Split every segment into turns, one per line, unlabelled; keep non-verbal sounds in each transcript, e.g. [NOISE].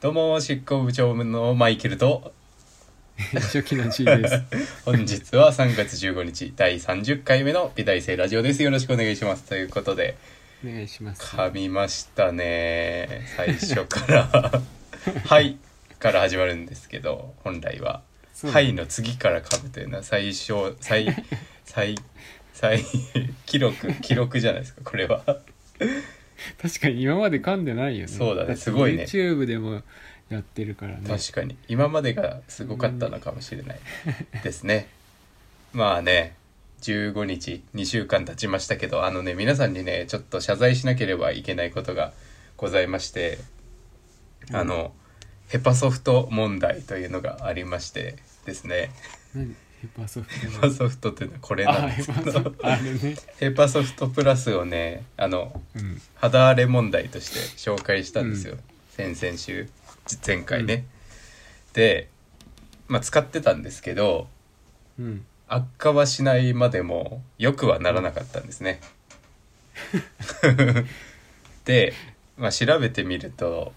どうも執行部長のマイケルと
[LAUGHS] 初期の G
[LAUGHS]
です。
本日は3月15日第30回目の美大生ラジオですよろしくお願いしますということで
お願いします。
噛みましたね最初
[LAUGHS]
から「はい」から始まるんですけど本来は「
そう
はい」の次から噛むというのは最小最最最 [LAUGHS] 記録記録じゃないですかこれは
確かに今まで噛んでないよね。
そうだね
って
すごいね
YouTube でもやってるからね。
確かに今までがすごかったのかもしれ [LAUGHS] ないですねまあね15日2週間経ちましたけどあのね皆さんにねちょっと謝罪しなければいけないことがございましてあの、ヘパソフト問題というのがありましてですね
何ヘパソフ
ヘ [LAUGHS]
ト
パソフトというのはこれ
あ、
なんで
ヘ
す
パ
け
ソフ
ど
ト。あれね。
ヘパソフトプラスをねあの
うん。
肌荒れ問題として紹介したんですよ、
う
先々週前回ね、で、まあ、使ってたんですけど
うん。
悪化はしないまでも良くはならなかったん
[LAUGHS]
ですねで、まあ、調べてみると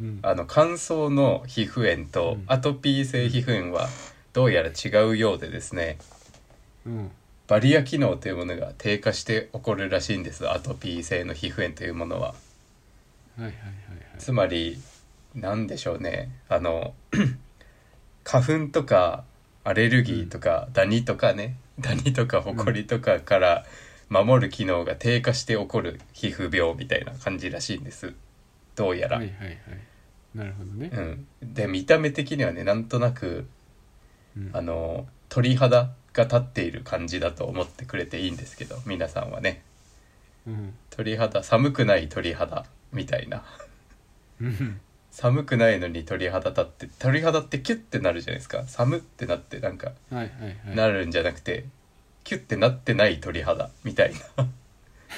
うん。
あの乾燥の皮膚炎と
うん
アトピー性皮膚炎はどうやら違うようでですね
うん。
バリア機能というものが低下して起こるらしいんですアトピー性の皮膚炎というものは。
はいはいはいはい。
つまりなんでしょうねあの [CLEARS THROAT] 花粉とかアレルギーとか、ダニとかねダニとかホコリとかから守る機能が低下して起こる皮膚病みたいな感じらしいんですどうやら、
はいはいはい。なるほどね
う。ん、で見た目的にはねなんとなく
うん
あの鳥肌が立っている感じだと思ってくれていいんですけど皆さんはね
うん。
鳥肌寒くない鳥肌みたいな
うん。
寒くないのに鳥肌立って鳥肌ってキュッてなるじゃないですか寒ってなってなんか
はいはいは
なるんじゃなくてキュッてなってない鳥肌みたいな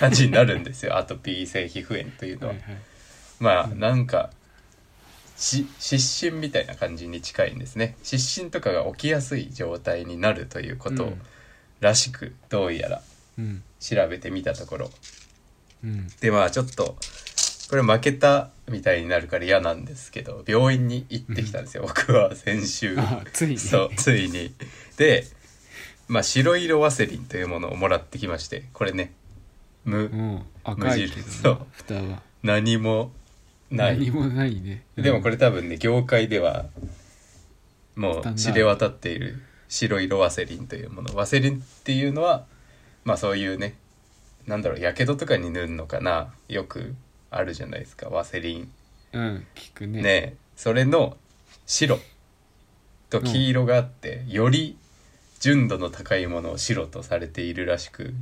感じになるんですよアトピー性皮膚炎という
い。
の
は
はい
はい。
まあなんかし湿疹みたいな感じに近いんですね湿疹とかが起きやすい状態になるということ
うん
らしくどうやら
うん。
調べてみたところ
うん。
でまあちょっとこれ負けたみたいになるから嫌なんですけど病院に行ってきたんですよ僕は先週
あ、ついに。
そうついにで、まあ、白色ワセリンというものをもらってきましてこれね無
うん。赤
無
いけ
印そ
ど
う
ね。蓋は。
何もない
何もないね。
でもこ
れ。
れ多分ね業界ではも
スタン
う
ダード
知れ渡っている白色ワセリンというものワセリンっていうのはまあそういうねなんだろうやけどとかに塗るのかなよくあるじゃないですかワセリン
うん。聞くね。
ねそれの白と黄色があって、より純度の高いものを白とされているらしく、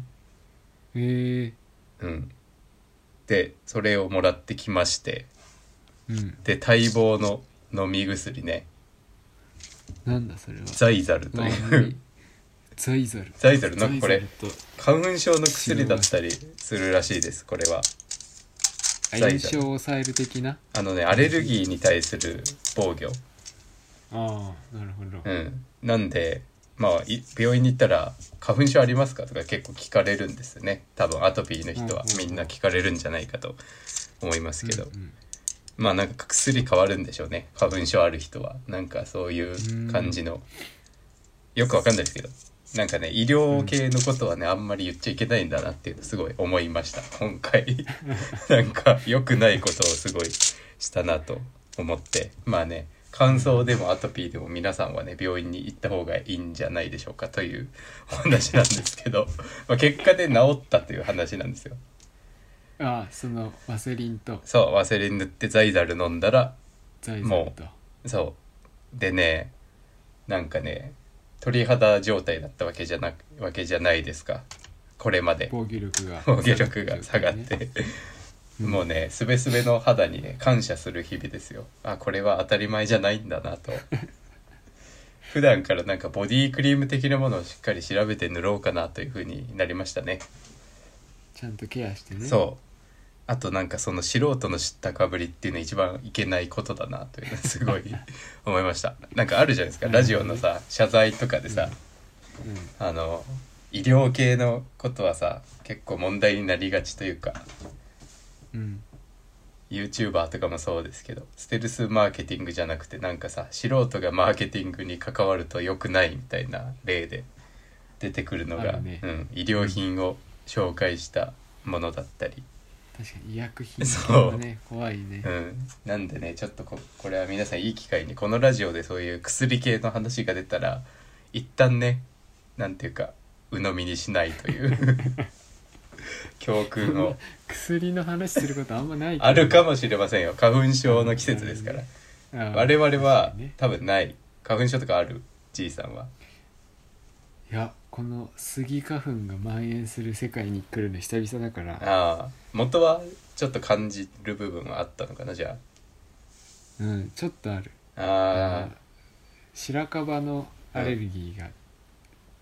へえ。
うん、でそれをもらってきまして
うん。
で待望の飲み薬ね
なんだそれは。
ザイザルと
まあ
いう
ザイザル。
ザイザルなんかこれ
ザイザルと
花粉症の薬だったりするらしいですこれは
あ
ザイザ
炎
ル
症を抑える的な。
あのねアレルギーに対する防御
ああ、なるほど。
うんなんでまあい病院に行ったら「花粉症ありますか?」とか結構聞かれるんですよね多分アトピーの人は
うんうんう
み
ん
んな聞かれるんじゃないかと思いますけど、
うん
まあなんか薬変わるんでしょうね花粉症ある人はなんかそういう感じのよくわかんないですけどなんかね医療系のことはねあんまり言っちゃいけないんだなっていうのすごい思いました今回なんか良くないことをすごいしたなと思ってまあね乾燥でもアトピーでも皆さんはね病院に行った方がいいんじゃないでしょうかというお話なんですけど、まあ、結果で治ったという話なんですよ。
うんああ、そのワセリンと
そうワセリン塗ってザイザル飲んだら
ザイザルと。
そうでねなんかね鳥肌状態だったわけじゃなくわけじゃないですかこれまで
防御力が。
防御力が下がっ
ね。
て、もうねすべすべの肌にね感謝する日々ですよあこれは当たり前じゃないんだなと普段からなんかボディクリーム的なものをしっかり調べて塗ろうかなというふうになりましたね
ちゃんとケアしてね。
そうあとなんかその素人の知ったかぶりっていうのは一番いけないことだなと
[LAUGHS]
いうのはすごい思いましたなんかあるじゃないですかラジオのさ謝罪とかでさ、
うん。
あの医療系のことはさ結構問題になりがちというか
うん。
YouTuber とかもそうですけどステルスマーケティングじゃなくてなんかさ素人がマーケティングに関わると良くないみたいな例で出てくるの
あ
が、
るね
うん、医療品を紹介したものだったり、
確かに医薬品
そう
がね怖いね、
うん、なんでねちょっとここれは皆さんいい機会にこのラジオでそういう薬系の話が出たら一旦ねなんていうか鵜呑みにしないという
[LAUGHS]
教訓を
薬の話することあんまないけど
あるかもしれませんよ花粉症の季節ですから。
あー
我々
確
は
かにね
多分ない花粉症とかあるじいさんはい
やこのスギ花粉が蔓延する世界に来るの久々だから
ああ元はちょっと感じる部分はあったのかなじゃ
うんちょっとある
ああ
の白樺のアレルギーが
あ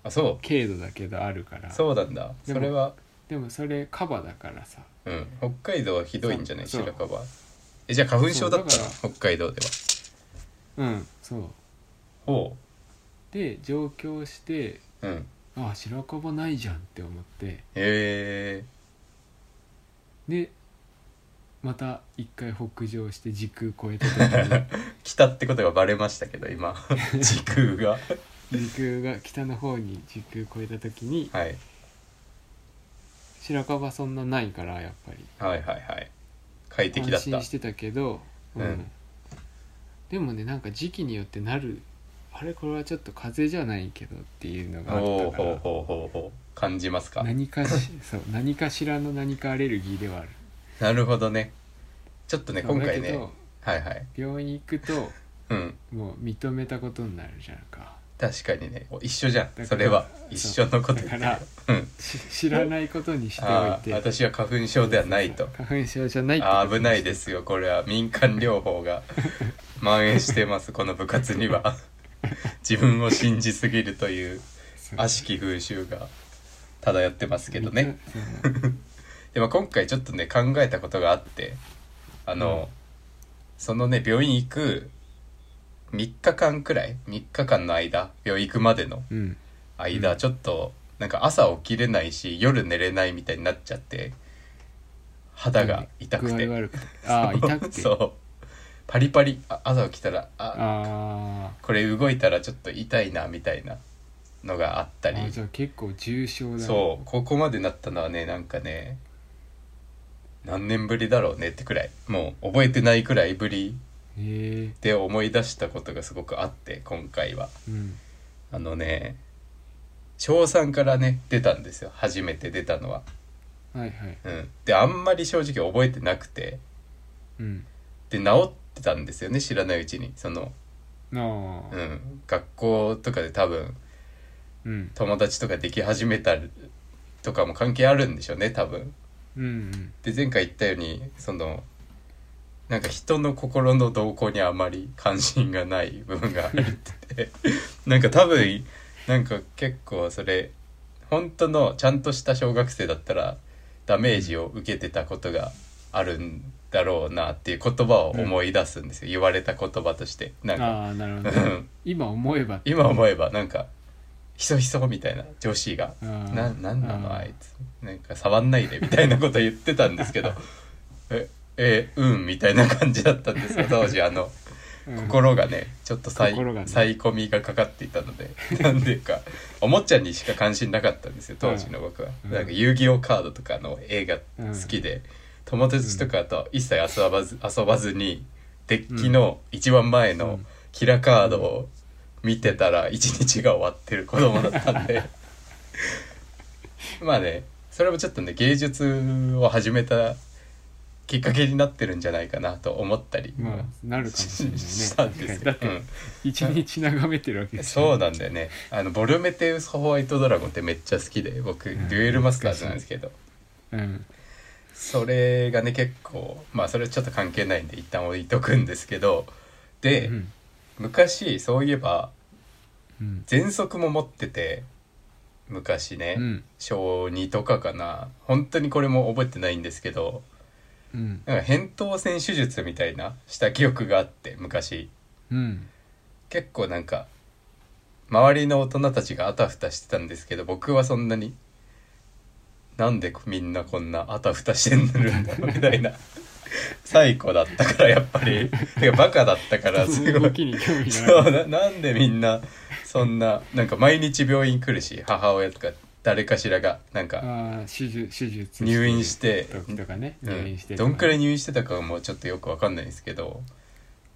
あそ
軽度だけどあるか
う
ら
そうなんだそ
でも
れは、
でもそれカバだからさ
うん、北海道はひどいんじゃない
そう
白樺えじゃあ花粉症だった
そう
の
だか
北海道では
うんそう
ほ
で上京して
ううん
あ白樺ないじゃんって思って
へえ
でまた一回北上して時空超えた時
来たってことがバレましたけど
[LAUGHS]
今時空が [LAUGHS]
に時空が北の方に時空超えた時に
はい
白樺そんなないからやっぱり
はいはいはい快適だ
安
っ
心
た
してたけど、うん
うん
でもねなんか時期によってなるあれこれはちょっと風邪じゃないけどっていうのがあ
お
っ
お
たか
ほう
ら
ほうほうほう感じますか
何かし [LAUGHS] そう何かしらの何かアレルギーではある。
なるほどねちょっとね
そう
今回
だ
ね
けど
はいはい
病院行くと
うん
もう認めたことになるじゃんか
確かにねお一緒じゃ
から
んそれは一緒のこと
だ
言って
か
るよ
ら
うん
し知らないことにしておい
ああ
て
私は花粉症ではないと
花粉症じゃないってこと
あ
に
危ないですよこれは民間療法が蔓延してますこの部活には自分を信じすぎるという
そう
悪しき風習が漂ってますけどね
そう
でも今回ちょっとね考えたことがあってあの、そのね病院行く3日間くらい3日間の間病院行くまでの
うん
間、
うん
ちょっとなんか朝起きれないし夜寝れないみたいになっちゃって肌が痛くて
具合悪
[LAUGHS]
くてああ痛くて
そうパリパリあ朝起きたらあ
あ
これ動いたらちょっと痛いなみたいなのがあった
ーあ
り
ーじゃあ結構重症だね
そうここまでなったのはねなんかね何年ぶりだろうねってくらいもう覚えてないくらいぶり
へ
で思い出したことがすごくあって今回は
えうん
あのね小3からね出たんですよ初めて出たのは
はいはい
うんであんまり正直覚えてなくて
うん
で治ってたんですよね知らないうちにその、
なあ
う
ー
ん、学校とかで多分
うん
友達とかでき始めたとかも関係あるんでしょうね多分
うんうん
で前回言ったようにそのなんか人の心の動向にあまり関心がない部分が入ってて [LAUGHS] なんか多分なんか結構それ本当のちゃんとした小学生だったらダメージを受けてたことがあるんだろうなっていう言葉を思い出すんですよ、言われた言葉としてなんか
ああなるほ
う
ど
ん
今思えばって
今思えばなんかひそひそみたいな女子が「
あー
ななんなの
あー
あいつなんか触んないで」みたいなこと言ってたんですけど [LAUGHS] 「ええうん」みたいな感じだったんですよ当時あの
うん
心がねちょっとさい
心がね
サイコミがかかっていたので [LAUGHS] なんていうかおもちゃにしか関心なかったんですよ当時の僕は。
うん
なんか遊戯王カードとかの映画好きで、友達とかと一切遊ば
[LAUGHS]
ず遊ばずにデッキの一番前
う
の
ん
キラカードを見てたら一日が終わってる子供だったんで [LAUGHS] まあねそれもちょっとね芸術を始めたきっかけになってるんじゃないかなと思ったり。
まあなるかもしれないね
したんです
確
よ
かにだって
うん
一日眺めてるわけです
そうなんだよねあのボルメテウス・ホワイト・ドラゴンってめっちゃ好きで僕デ
ん
ュエルマスターズなんですけど
うん
それがね結構まあそれちょっと関係ないんで一旦置いとくんですけどで、
うん
昔そういえば
うん
喘息も持ってて昔ね、
うん
小2とかかな本当にこれも覚えてないんですけど
うん
なんか扁桃腺手術みたいなした記憶があって昔
うん
結構なんか周りの大人たちがあたふたしてたんですけど僕はそんなになんでみんなこんなあたふたしてんるんだろうみたいな最古だったからやっぱりてかバカだったからす
その
ご
動
い
きに興味が
そ
あ
う
る
ななんでみんなそんななんか毎日病院来るし母親とか誰かしらがなんか、
ああ手術手術
入院して
時とかね
うん
入院して
どんくらい
に
入院してたかもちょっとよくわかんないんですけど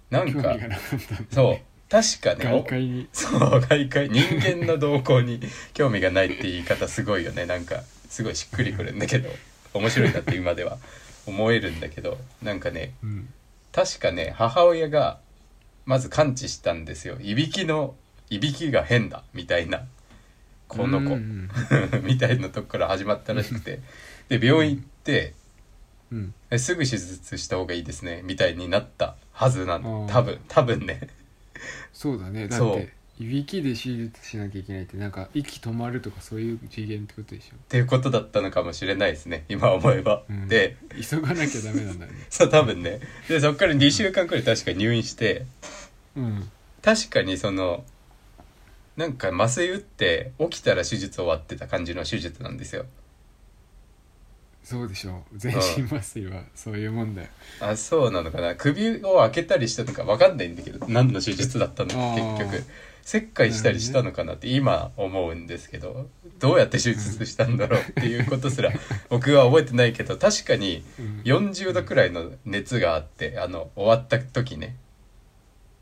なん
興味
か
がなかったんだ
そう確かね
外
お
界に
そう外界人間の動向に興味がないって言い方すごいよねなんかすごいしっくりくるんだけど面白いなって今では思えるんだけどなんかね
うん
確かね母親がまず感知したんですよいびきのいびきが変だみたいなこの
う
子
ん
[LAUGHS] みたいなとこから始まったらしくてで病院行って
うん
えすぐ手術した方がいいですねみたいになったはずな
あ
の
ー
多分多分ね
そうだねだっ
そ
ていびきで手術しなきゃいけないってなんか息止まるとかそういう次元ってことでしょ
っていうことだったのかもしれないですね今思えば、
うん
で
急がなきゃダメなんだね
[LAUGHS] そう多分ねでそっから2週間くらい確か入院して
うん
確かにそのなんか麻酔打って起きたら手術終わってた感じの手術なんですよ
そうでしょう全身麻酔はそういうもんだよ
あそうなのかな首を開けたりしたのか分かんないんだけど何の手術だったの
あー
か結局切開したりしたのかなって今思うんですけどどうやって手術したんだろうっていうことすら僕は覚えてないけど確かに
うん
40度くらいの熱があってあの終わった時ね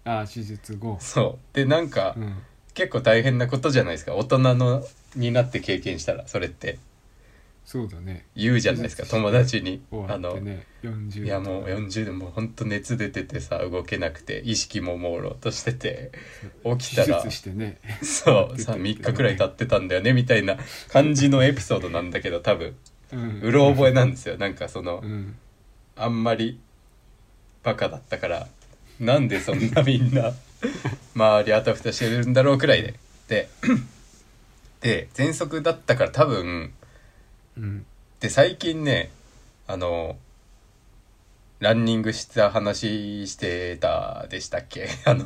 ああ手術後
そうでなんか
うん
結構大変なことじゃないですか大人のになって経験したらそれって
そうだね
言うじゃないですか友達にあ
終わっ
の
てね40
いやもう40でもうほんと熱出ててさ動けなくて意識も朦朧としてて起きたら
手術してね [LAUGHS]
そうさ3日くらい経ってたんだよねみたいな感じのエピソードなんだけど多分
うん
うろ覚えなんですよなんかその
うん
あんまりバカだったからなんでそんなみん
[LAUGHS]
な周りあたふたしてるんだろうくらいででで喘息だったから多分
うん
で最近ねあのランニングした話してたでしたっけ [LAUGHS] あの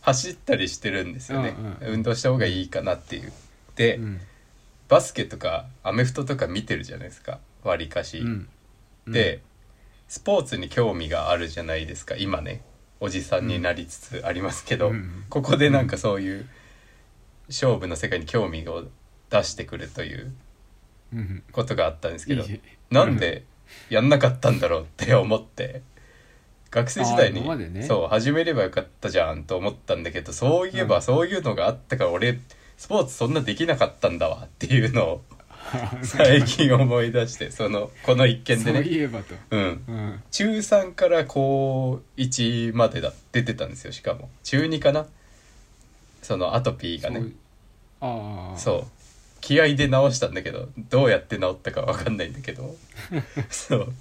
走ったりしてるんですよね、
うんうん
運動した方がいいかなっていうで、
うん
バスケとかアメフトとか見てるじゃないですかわりかし、
うん
でスポーツに興味があるじゃないですか今ねおじさんになりつつありますけど、
うん
ここでなんかそういう勝負の世界に興味を出してくるという
うん
ことがあったんです
い
け
い
ど
ね
なんでやんなかったんだろうって思って学生時代
あー
に
今まで、ね
そう始めればよかったじゃんと思ったんだけどそういえばそういうのがあったから俺スポーツそんなできなかったんだわっていうのを [LAUGHS] 最近思い出してそのこの一件で
[LAUGHS] そう
ね
いえばと
うん
うん
中3から高1までだ出てたんですよしかも中2かなそのアトピーがね
そうああ
そう気合で直したんだけどどうやって直ったかわかんないんだけ [LAUGHS] どそう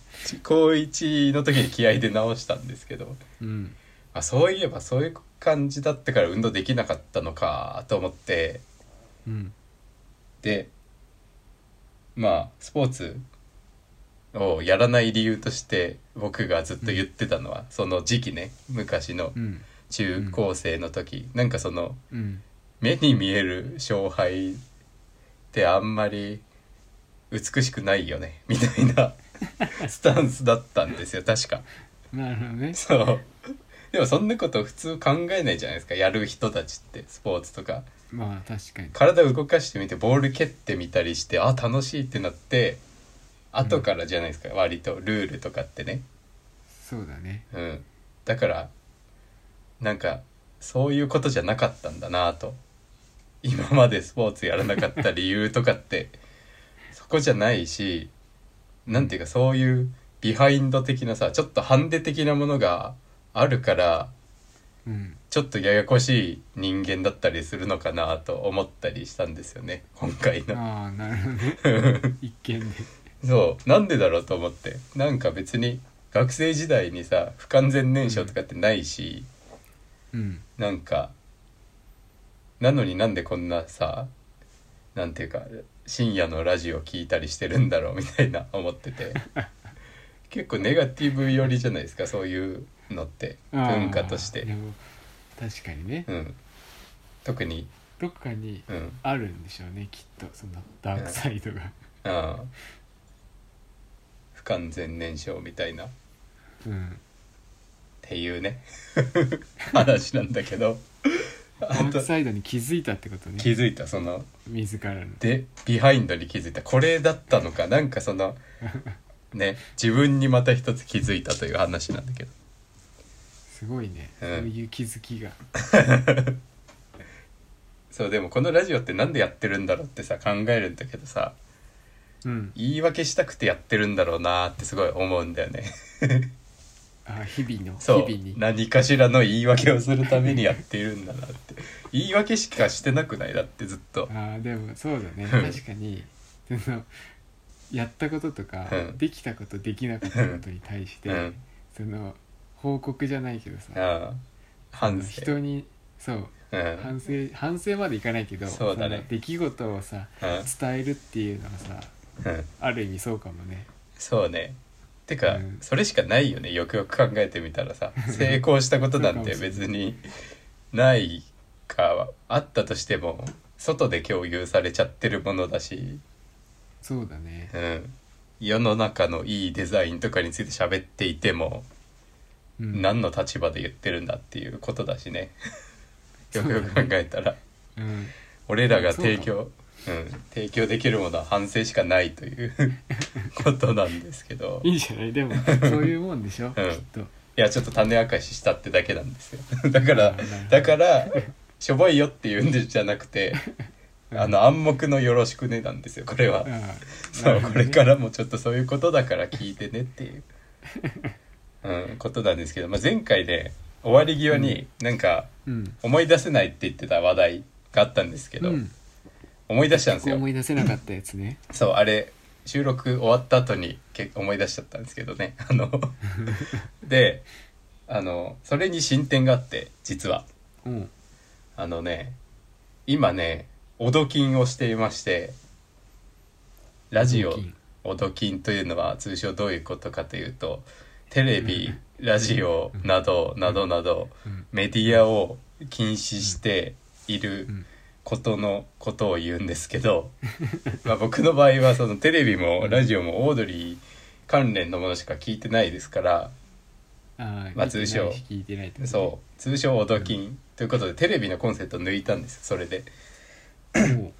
高1の時に気合で直したんですけど
うん
あそういえばそういう感じだったから運動できなかったのかと思って
うん
でまあスポーツをやらない理由として僕がずっと言ってたのは、その時期ね昔の
うん
中高生の時、なんかその
うん
目に見える勝敗ってあんまり美しくないよねみたい
[LAUGHS]
なスタンスだったんですよ確か
なるほどね
そうでもそんなこと普通考えないじゃないですかやる人たちってスポーツとか
まあ確かに
体動かしてみてボール蹴ってみたりしてあ楽しいってなって後からじゃないですか、割とルールとかってね
そうだね
うんだからなんかそういうことじゃなかったんだなぁと今までスポーツやらなかった理由とかってそこじゃないしなんていうかそういうビハインド的なさちょっとハンデ的なものがあるから
うん
ちょっとややこしい人間だったりするのかなぁと思ったりしたんですよね今回の。
ああなるほ
[LAUGHS]
どね一見で
そうなんでだろうと思ってなんか別に学生時代にさ不完全燃焼とかってないし。
うん
なんかなのになんでこんなさなんていうか深夜のラジオ聞いたりしてるんだろうみたいな思ってて結構ネガティブ寄りじゃないですかそういうのって
あー
文化とし
で
て、
も確かにね
うん、特に、
どっかに
うん、
あるんでしょうねきっとそのダークサイドが
あー不完全燃焼みたいな
うん
ていうね [LAUGHS] 話なんだけど
ダ
あ
ー
と
クサイドに気づいたってこ
気
とね
づいたその
自らの
でビハインドに気づいたこれだったのかなんかそ
[LAUGHS]
のね自分にまた一つ気づいたという話なんだけど
すごいね、
うん
そういう気づきが
そうでもこのラジオってなんでやってるんだろうってさ考えるんだけどさ
うん
言い訳したくてやってるんだろうなーってすごい思うんだよ
[LAUGHS]
ね
あ日々の日
そう
々に
何かしらの言い訳をするためにやっているんだなって言い訳しかしてなくないだってずっと
あーでもそうだ
う
ね
ん
確かにそのやったこととか、
うん
できたことできなかったことに対して、
うん
その報告じゃないけどさ
ああ反省
人にそう
うん
反省反省までいかないけど
そうだね
の出来事をさ
うん
伝えるっていうのはさ
うん
ある意味そうかもね
そうねてか、
うん
それしかないよねよくよく考えてみたらさ成功したことなんて別にないかあったとしても外で共有されちゃってるものだし、
そうだね
うん、世の中のいいデザインとかについて喋っていても、
うん
何の立場で言ってるんだっていうことだし
[LAUGHS]
ねよくよく考えたら、
うん
俺らが提供うん、提供できるものは反省しかないという [LAUGHS] ことなんですけど
[LAUGHS] いいんじゃないでもそういうもんでしょ、きっと
いやちょっと種明かししたってだけなん
[LAUGHS]
ですよだか
あ
ら
ーなるほど
だからしょぼいよって言うんじゃなくてあの暗黙のよろしくねなんですよこれは、
あー
そう
なるほ
こ
どね
れからもちょっとそういうことだから聞いてねっていう、うん、ことなんですけど、まあ、前回で終わり際になんか
うん
思い出せないって言ってた話題があったんですけど、
うん
思い出したんです
こう
よ
思い出せなかったやつね
そうあれ収録終わった後にけ思い出しちゃったんですけどね [LAUGHS] あ
[LAUGHS]
のであのそれに進展があって実は
うん
あのね今ねおどきんをしていましてラジオ
おどきん
おどきんというのは通称どういうことかというとテレビラジオなどなどなど
うん
メディアを禁止している
うん
ことのことを言うんですけど [LAUGHS] まあ僕の場合はそのテレビもラジオもオードリー関連のものしか聞いてないですから
あ
まあ
あ
通称
聞いてないってこと
そう通称オドキンということでテレビのコンセント抜いたんですそれで
う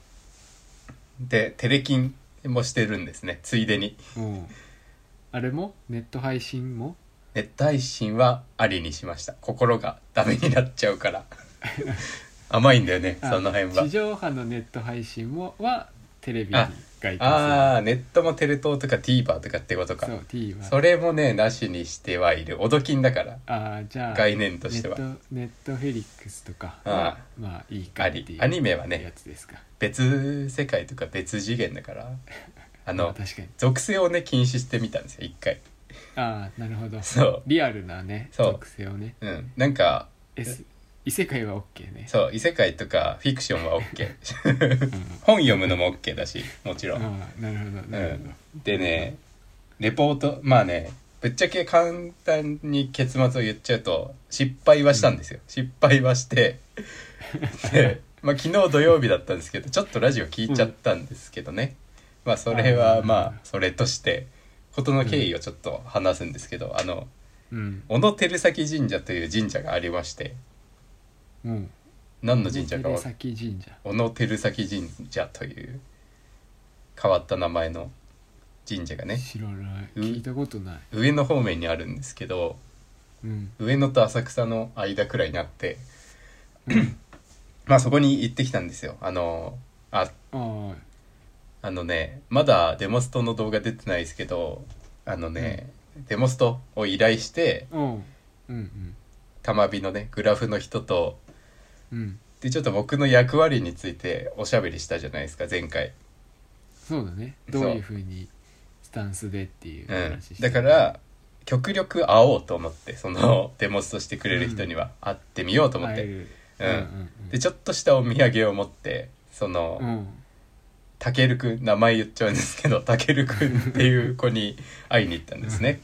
でテレキンもしてるんですねついでに
おうおうあれもネット配信も
ネット配信はありにしました心がダメになっちゃうから
[LAUGHS]
甘いんだよね
あ
その辺は
地上波のネット配信もはテレビに
あ
該
あ
当
あネットもテレ東とか TVer とかってこと
す
か
るそう T は
それもねなしにしてはいるオドキンだから
ああじゃあ
概念としては
ネットネットフェリックスとか
あ
はまあいいか
あ
って
り
いう
アニメはね
やつですか
別世界とか別次元だ
[LAUGHS]
からあ
ま
の
確かに
属性をね禁止してみたんですよ一回
ああなるほど
そう
リアルなね
そう
属性をね
うんなんか
S 異世界は OK ね
そう異世界とかフィクションは OK [LAUGHS] 本読むのも OK だしもちろん、
ああなるほど
う
なるほど
ん、でねレポートまあねぶっちゃけ簡単に結末を言っちゃうと失敗はしたんですよ、失敗はしてで、まあ、昨日土曜日だったんですけどちょっとラジオ聞いちゃったんですけどね、まあそれはまあそれとして事の経緯をちょっと話すんですけど、あの
うん
小野照崎神社という神社がありまして
うん
何の神社かわ
小野照崎神社
小野照崎神社という変わった名前の神社がね
知らない
うん
聞いたことない
上野方面にあるんですけど
うん
上野と浅草の間くらいにあって、まあそこに行ってきたんですよあのあ
あ
あのねまだデモストの動画出てないですけどあのね、デモストを依頼して
あうんうん
玉火のねグラフの人と
うんうん
でちょっと僕の役割についておしゃべりしたじゃないですか前回、
そうだね
そ
ど
う
ういうふうにスタンスでっていう
う
話
ん
して、
だから極力会おうと思ってそのデモストしてくれる人には会ってみようと思って、
会える
うん
うん
でちょっとしたお土産を持ってその、
うん
たけるくん名前言っちゃうんですけ
[LAUGHS]
どたけるくんっていう子に会いに行ったんですね。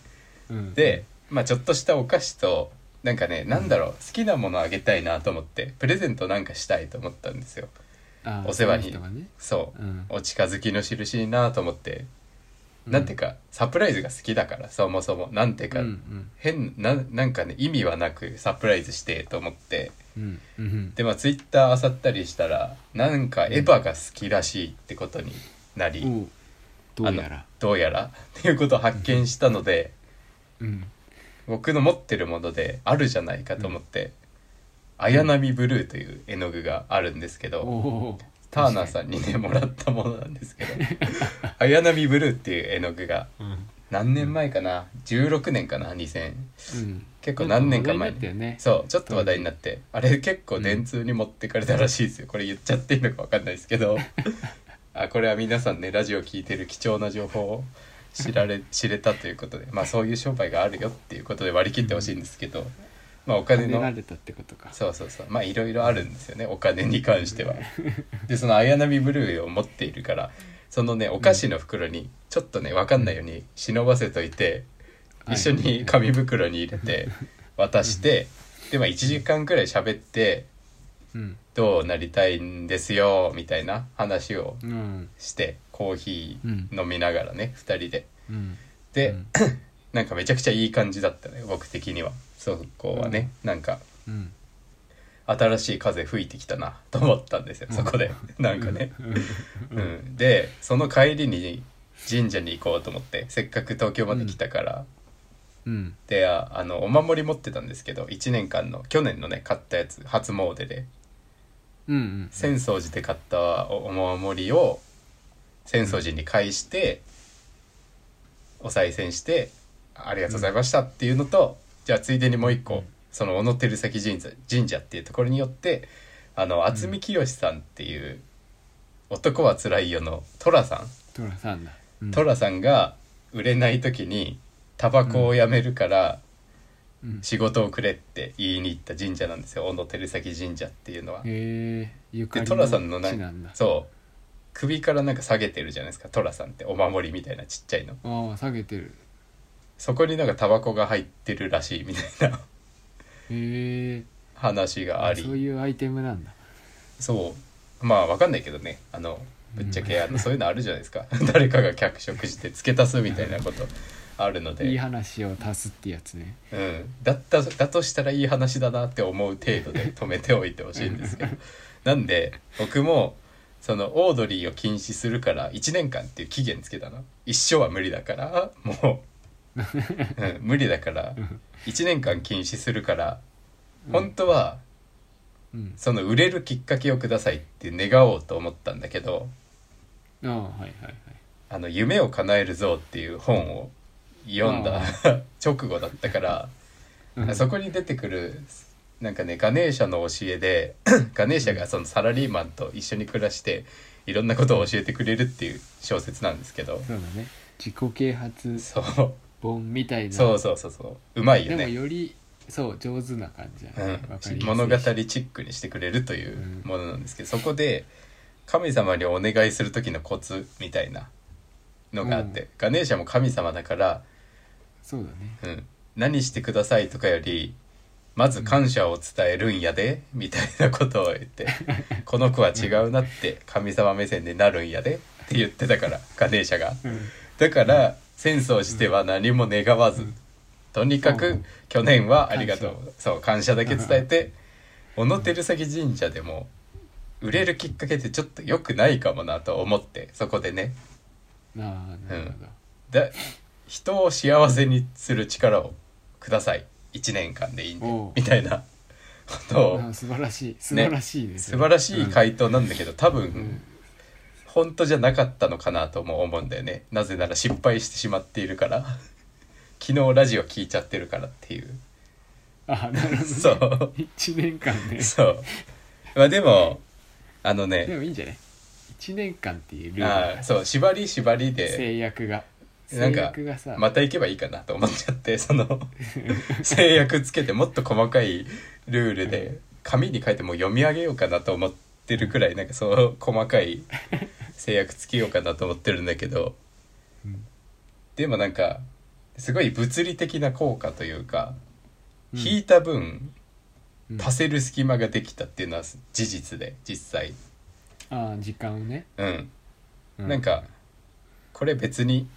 うん
で、まあ、ちょっとしたお菓子となんかねなんだろう好きなものあげたいなと思ってプレゼントなんかしたいと思ったんですよ。
ああ
お世話に
その人がね
そう
うん
お近づきの印いいなと思って
うん
なんていうかサプライズが好きだからそもそもなんていうか、
うん
変ななんかね意味はなくサプライズしてと思って
うんうんうん
でまあツイッター漁ったりしたらなんかエヴァが好きらしいってことになり、
おうどうやら
あのどうやらっていうことを発見したので
うん
僕の持ってるものであるじゃないかと思って「綾波ブルー」という絵の具があるんですけど、
おお
ターナーさんにねもらったものなんですけど「 [LAUGHS] 綾波ブルー」っていう絵の具が
うん
何年前かな16年かな2000
うん
結構何年か前
なん話題になっ
に
たよね
そうちょっと話題になってあれ結構電通に持ってかれたらしいですよこれ言っちゃっていいのか分かんないですけ
[LAUGHS]
どあこれは皆さんねラジオ聞いてる貴重な情報を知ら
[LAUGHS]
れ知れたということでまあそういう商売があるよっていうことで割り切ってほしいんですけど、まあお金
跳ねら
の
れたってことか
そうそうそうまあいろいろあるんですよねお金に関しては。でその綾波ブルーを持っているからそのねお菓子の袋にちょっとね分かんないように忍ばせといて。
はい
一緒に紙袋に入れて渡してでまあ1時間くらい喋って
うん
どうなりたいんですよみたいな話を
うん
してコーヒ
うん
ー飲みながらね2人で
うん
で、
うん
なんかめちゃくちゃいい感じだったね僕的にはそこはね、なんか
うん
新しい風吹いてきたなと思ったんですよそこで、なんかね、うんでその帰りに神社に行こうと思ってせっかく東京まで来たから、
うん
でああのお守り持ってたんですけど1年間の去年のね買ったやつ初詣で
うんうん
浅草寺で買ったおお守りを浅草寺に返して、お賽銭してありがとうございましたっていうのと、じゃあついでにもう一個、その小野照崎神社神社っていうところによってあの渥美清さんっていう「男はつらいよ」の寅さん
トラさんだうん
寅さんが売れない時にタバコをやめるから、
うん
仕事をくれって言いに行った神社なんですよ小野照崎神社っていうのは。
へえゆか
で
り
寅さんのな
地
ん
なんだ
そう首からなんか下げてるじゃないですか寅さんってお守りみたいなちっちゃいの
ああ下げてる
そこになんかタバコが入ってるらしいみたいな [LAUGHS]
へえ
話があり
そういうアイテムなんだ
そうまあわかんないけどねあのぶっちゃけあのそういうのあるじゃないですか [LAUGHS] 誰かが脚色して付け足すみたいなことあるの
いい
で、
話を足すってやつね
うん、だっただとしたらいい話だなって思う程度で止めておいてほしいんですけどなんで僕もそのオードリーを禁止するから1年間っていう期限つけたの一生は無理だからもう、うん、無理だから1年間禁止するから本当は
うん
その売れるきっかけをくださいって願おうと思ったんだけど
ああはいはいはい
「あの夢を叶えるぞ」っていう本を読んだ [LAUGHS] 直後だったから。
うん
そこに出てくるなんかねガネーシャの教えで [CLEARS THROAT] ガネーシャがそのサラリーマンと一緒に暮らしていろんなことを教えてくれるっていう小説なんですけど
そうだね自己啓発
そう
本みたいな
そうそうそうそううまい
で
よ
も
ね、
よりそう上手な感じだ
う
ねわかり
ん、
やすい
物語チックにしてくれるという
うん
ものなんですけどそこで神様にお願いする時のコツみたいなのがあって、
う
ガネーシャも神様だから、
そうだね
うん、何してくださいとかよりまず感謝を伝えるんやで、みたいなことを言って [LAUGHS] この子は違うなって神様目線でなるんやでって言ってたからガネーシャがだから浅草寺では何も願わず、とにか
う
く
ん
去年はありがとうそう感謝だけ伝えて小野照崎神社でも売れるきっかけってちょっと良くないかもなと思ってそこでね
ああなるほど
だ人を幸せにする力をください1年間でいいんで
おう
みたいなことを
ああ素晴らしい素晴らしいで
素
すね
晴らしい回答なんだけど多
うん
分本当じゃなかったのかなとも思うんだよねなぜなら失敗してしまっているから [LAUGHS] 昨日ラジオ聞いちゃってるからっていう
ああなるほど
そう
1年間ね
そうまあでもあの
で
ね
もいいんじゃない1年間っていうルール
あ
が
ーそう縛り縛りで
制約が
なん
制
か
約がさ
また行けばいいかなと思っちゃってその制約つけてもっと細かいルールで紙に書いてもう読み上げようかなと思ってるくらいなんかその細かい制約つけようかなと思ってるんだけど
うん
でもなんかすごい物理的な効果というか、
うん
引いた分
うん
足せる隙間ができたっていうのは事実で実際
ああ時間をね
うん
う
なんかこれ別に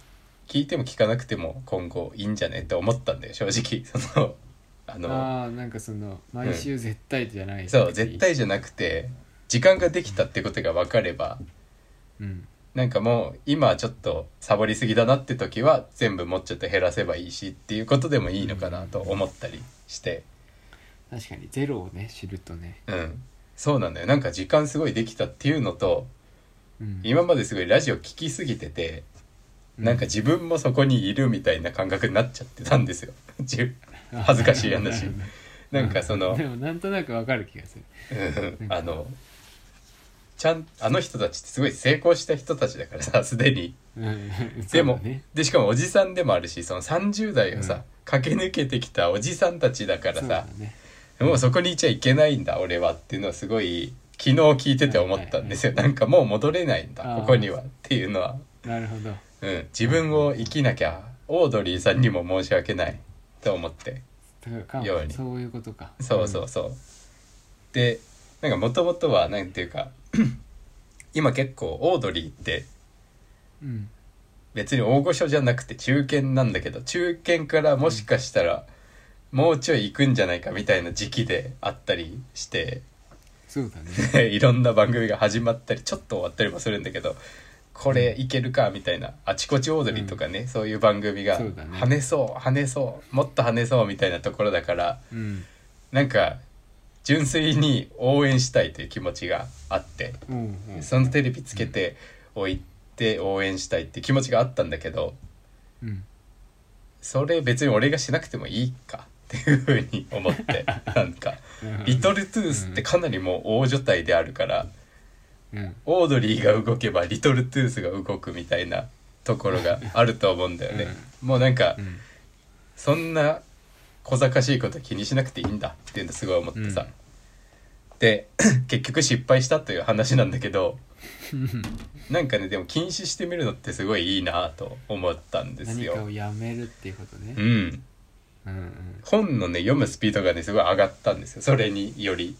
聞いても聞かなくても今後いいんじゃねって思ったんだよ正直 [LAUGHS] そのあの
ああなんかその毎週絶対じゃない、
そう絶対じゃなくて時間ができたってことが分かれば
うん
なんかもう今ちょっとサボりすぎだなって時は全部もうちょっと減らせばいいしっていうことでもいいのかなと思ったりして
確かにゼロをね知るとね、
うんそうなんだよなんか時間すごいできたっていうのと
うん、
今まですごいラジオ聞きすぎててなんか自分もそこにいるみたいな感覚になっちゃってたんですよ [LAUGHS] 自恥ずかしい話
うん
なんかその
でもなんとなくわかる気がする
うん [LAUGHS] あのちゃんあの人たちってすごい成功した人たちだからさすでに
うん
でも、
そうだね
でしかもおじさんでもあるしその30代をさ、
うん
駆け抜けてきたおじさんたちだから
そうだ
さ、
ね
もうそこにいちゃいけないんだ俺はっていうのをすごい昨日聞いてて思ったんですよ、なんかもう戻れないんだ
あー
ここにはっていうのは、
なるほど
うん、自分を生きなきゃオードリーさんにも申し訳ないと思って
だから
ように
そういうことか
そうそうそう、でなんかもともとはなんていうか [CLEARS THROAT] 今結構オードリーって
うん
別に大御所じゃなくて中堅なんだけど中堅からもしかしたらもうちょい行くんじゃないかみたいな時期であったりして、 [LAUGHS]
そうだね
いろんな番組が始まったりちょっと終わったりもするんだけどこれいけるかみたいなあちこちオードリーとかね、そういう番組が
そうだね
跳ねそう跳ねそうもっと跳ねそうみたいなところだから
うん
なんか純粋に応援したいという気持ちがあって
うんうん
そのテレビつけておいて応援したいっていう気持ちがあったんだけど
うん
それ別に俺がしなくてもいいかっていうふうに思って [LAUGHS] なんか「リトルトゥース」ってかなりもう大所帯であるから
うん
オードリーが動けばリトルトゥースが動くみたいなところがあると思うんだよね。もうなんか
うん
そんな小賢しいこと気にしなくていいんだっていうのすごい思ってさ。
うん
で [COUGHS] 結局失敗したという話なんだけ
[LAUGHS]
どなんかねでも禁止してみるのってすごいいいなと思ったんです
何かを
よ。
やめるっていうことね
うん
うんうん
本のね読むスピードがねすごい上がったんですよそれにより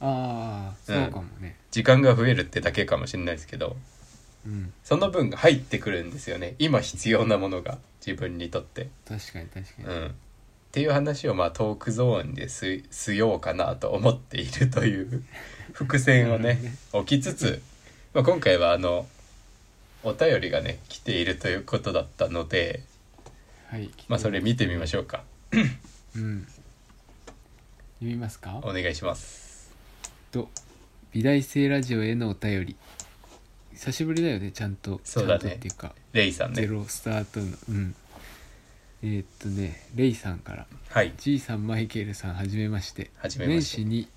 ああ
うん
そうかもね
時間が増えるってだけかもしれないですけど
うん
その分入ってくるんですよね今必要なものが自分にとって
確かに確かに
うんっていう話をまあトークゾーンですすようかなと思っているという [LAUGHS] 伏線をね置きつつ、まあ、今回はあのお便りがね来ているということだったので
はい
まあそれ見てみましょうか
うん読みますか
お願いします
と美大生ラジオへのお便り久しぶりだよねちゃんと
そうだね
ちゃんとっていうか
レイさん
ゼ
ね
ロスタートのうんえーっとねレイさんから
はい
じいさんマイケルさんはじめまして
はじめま
年
して
始に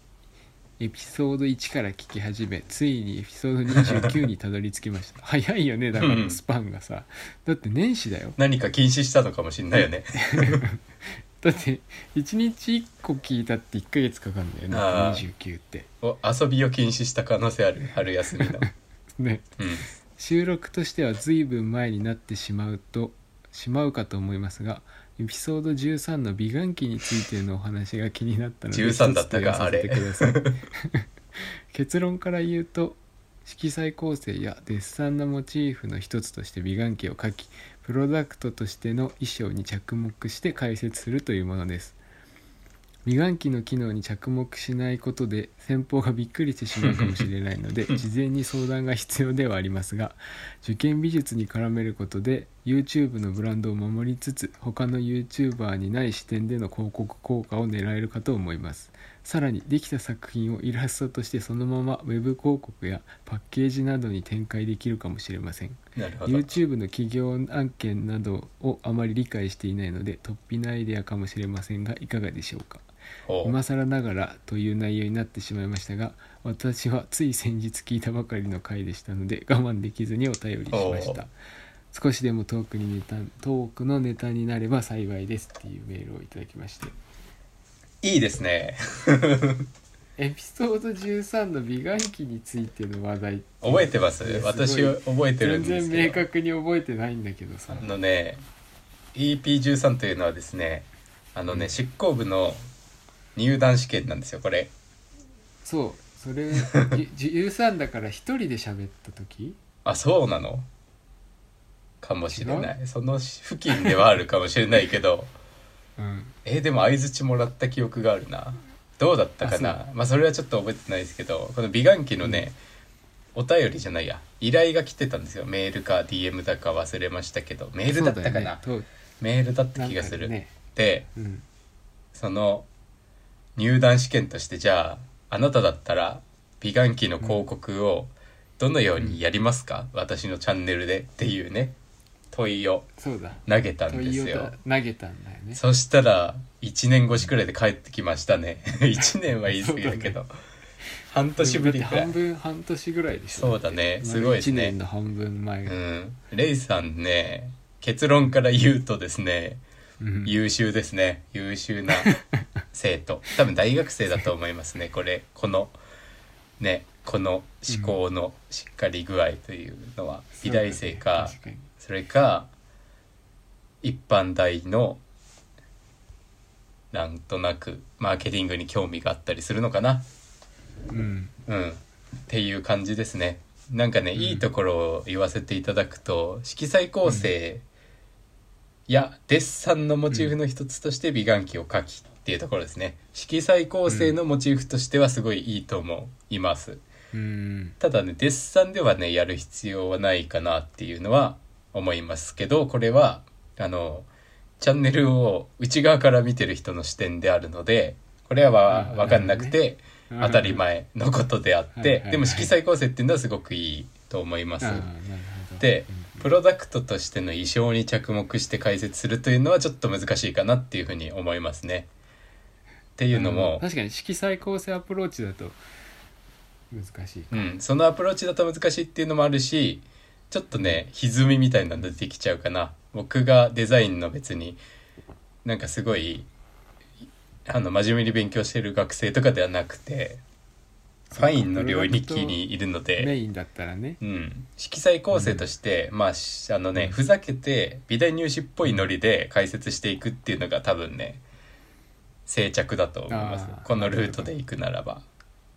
エピソード1から聞き始めついにエピソード29にたどり着きました [LAUGHS] 早いよねだか
うん
らスパンがさだって年始だよ
何か禁止したのかもしれないよね
だって1日1個聞いたって1ヶ月かかるんだよね
あー
29って
お遊びを禁止した可能性ある春休みの、
[LAUGHS] ね
うん、
収録としては随分前になってしまうとしまうかと思いますがエピソード13の美顔器についてのお話が気になったので
13だったか
一つと言わせてください [LAUGHS] 結論から言うと色彩構成やデッサンのモチーフの一つとして美顔器を描きプロダクトとしての衣装に着目して解説するというものです美顔器の機能に着目しないことで先方がびっくりしてしまうかもしれないので事前に相談が必要ではありますが受験美術に絡めることで YouTube のブランドを守りつつ他の YouTuber にない視点での広告効果を狙えるかと思いますさらにできた作品をイラストとしてそのまま Web 広告やパッケージなどに展開できるかもしれません
なるほど
YouTube の企業案件などをあまり理解していないので突飛なアイデアかもしれませんがいかがでしょうか
おう
今更ながらという内容になってしまいましたが私はつい先日聞いたばかりの回でしたので我慢できずにお便りしまし
おう
た少しでもトークにネタトークのネタになれば幸いですっていうメールをいただきまして
いいですね
エピソード13の美顔器についての話題
覚えてます
いやすごい
私覚えてるん
全
です
然
け
明
ど
確に覚えてないんだけどさ
あのね EP13 というのはですねあのね、執行部の入団試験なんですよこれ
そうそ
[LAUGHS]
れ13だから一人で喋った時
あそうなのかもしれないその付近ではあるかもしれないけど [LAUGHS]
うん
えーでも相づちもらった記憶があるなどうだったかなまあそれはちょっと覚えてないですけどこの美顔器のね、お便りじゃないや依頼が来てたんですよメールか DM だか忘れましたけどメールだったかな、
そうだよね
メールだっ
と
た
なんか
気がする、
ね
で
うん
その入団試験としてじゃああなただったら美顔器の広告をどのようにやりますか、私のチャンネルでっていうね問いを
そうだ
投げたんで
問い
す
を
よ
だ投げたんだよね
そしたら1年越しくらいで帰ってきましたね1 [LAUGHS] 年は言い過ぎだけど半年ぶり
だっ
く
て
らい
半分半年ぐらいでしょ
そうだねすごいです
1
ね
年の半分
う
前が、
んレイさんね結論から言うとですね
うん
優秀ですね優秀
[LAUGHS]
な生徒多分大学生だと思いますねこれこのねこの思考のしっかり具合というのは美大生か
そうだね
それか一般大のなんとなくマーケティングに興味があったりするのかな
確かにうん
うんっていう感じですねなんかね、
うん
いいところを言わせていただくと色彩構成やデッサンのモチーフの一つとして美顔器を描きっていうところですね色彩構成のモチーフとしてはすごいいいと思います
うん
ただねデッサンではねやる必要はないかなっていうのは思いますけどこれはあのチャンネルを内側から見てる人の視点であるのでこれは
あー
分かんなく
なる
て当たり前のことであ
は
っ
いはい
て
はい
でも色彩構成っていうのはすごくいいと思いま
あ
す
あ。なるほど
で
うん
プロダクトとしての衣装に着目して解説するというのはちょっと難しいかなっていうふうに思いますね。っていうの
うん
も、
確かに色彩構成アプローチだと難しいか
うん、そのアプローチだと難しいっていうのもあるしちょっとね歪みみたいなの出てきちゃうかな僕がデザインの別になんかすごいあの真面目に勉強してる学生とかではなくてファインの領域にいるので
メインだったらね
うん、色彩構成として、まあしあのねふざけて美大入試っぽいノリで解説していくっていうのが多分ね静着だと思います
あー
このルートで行くならば。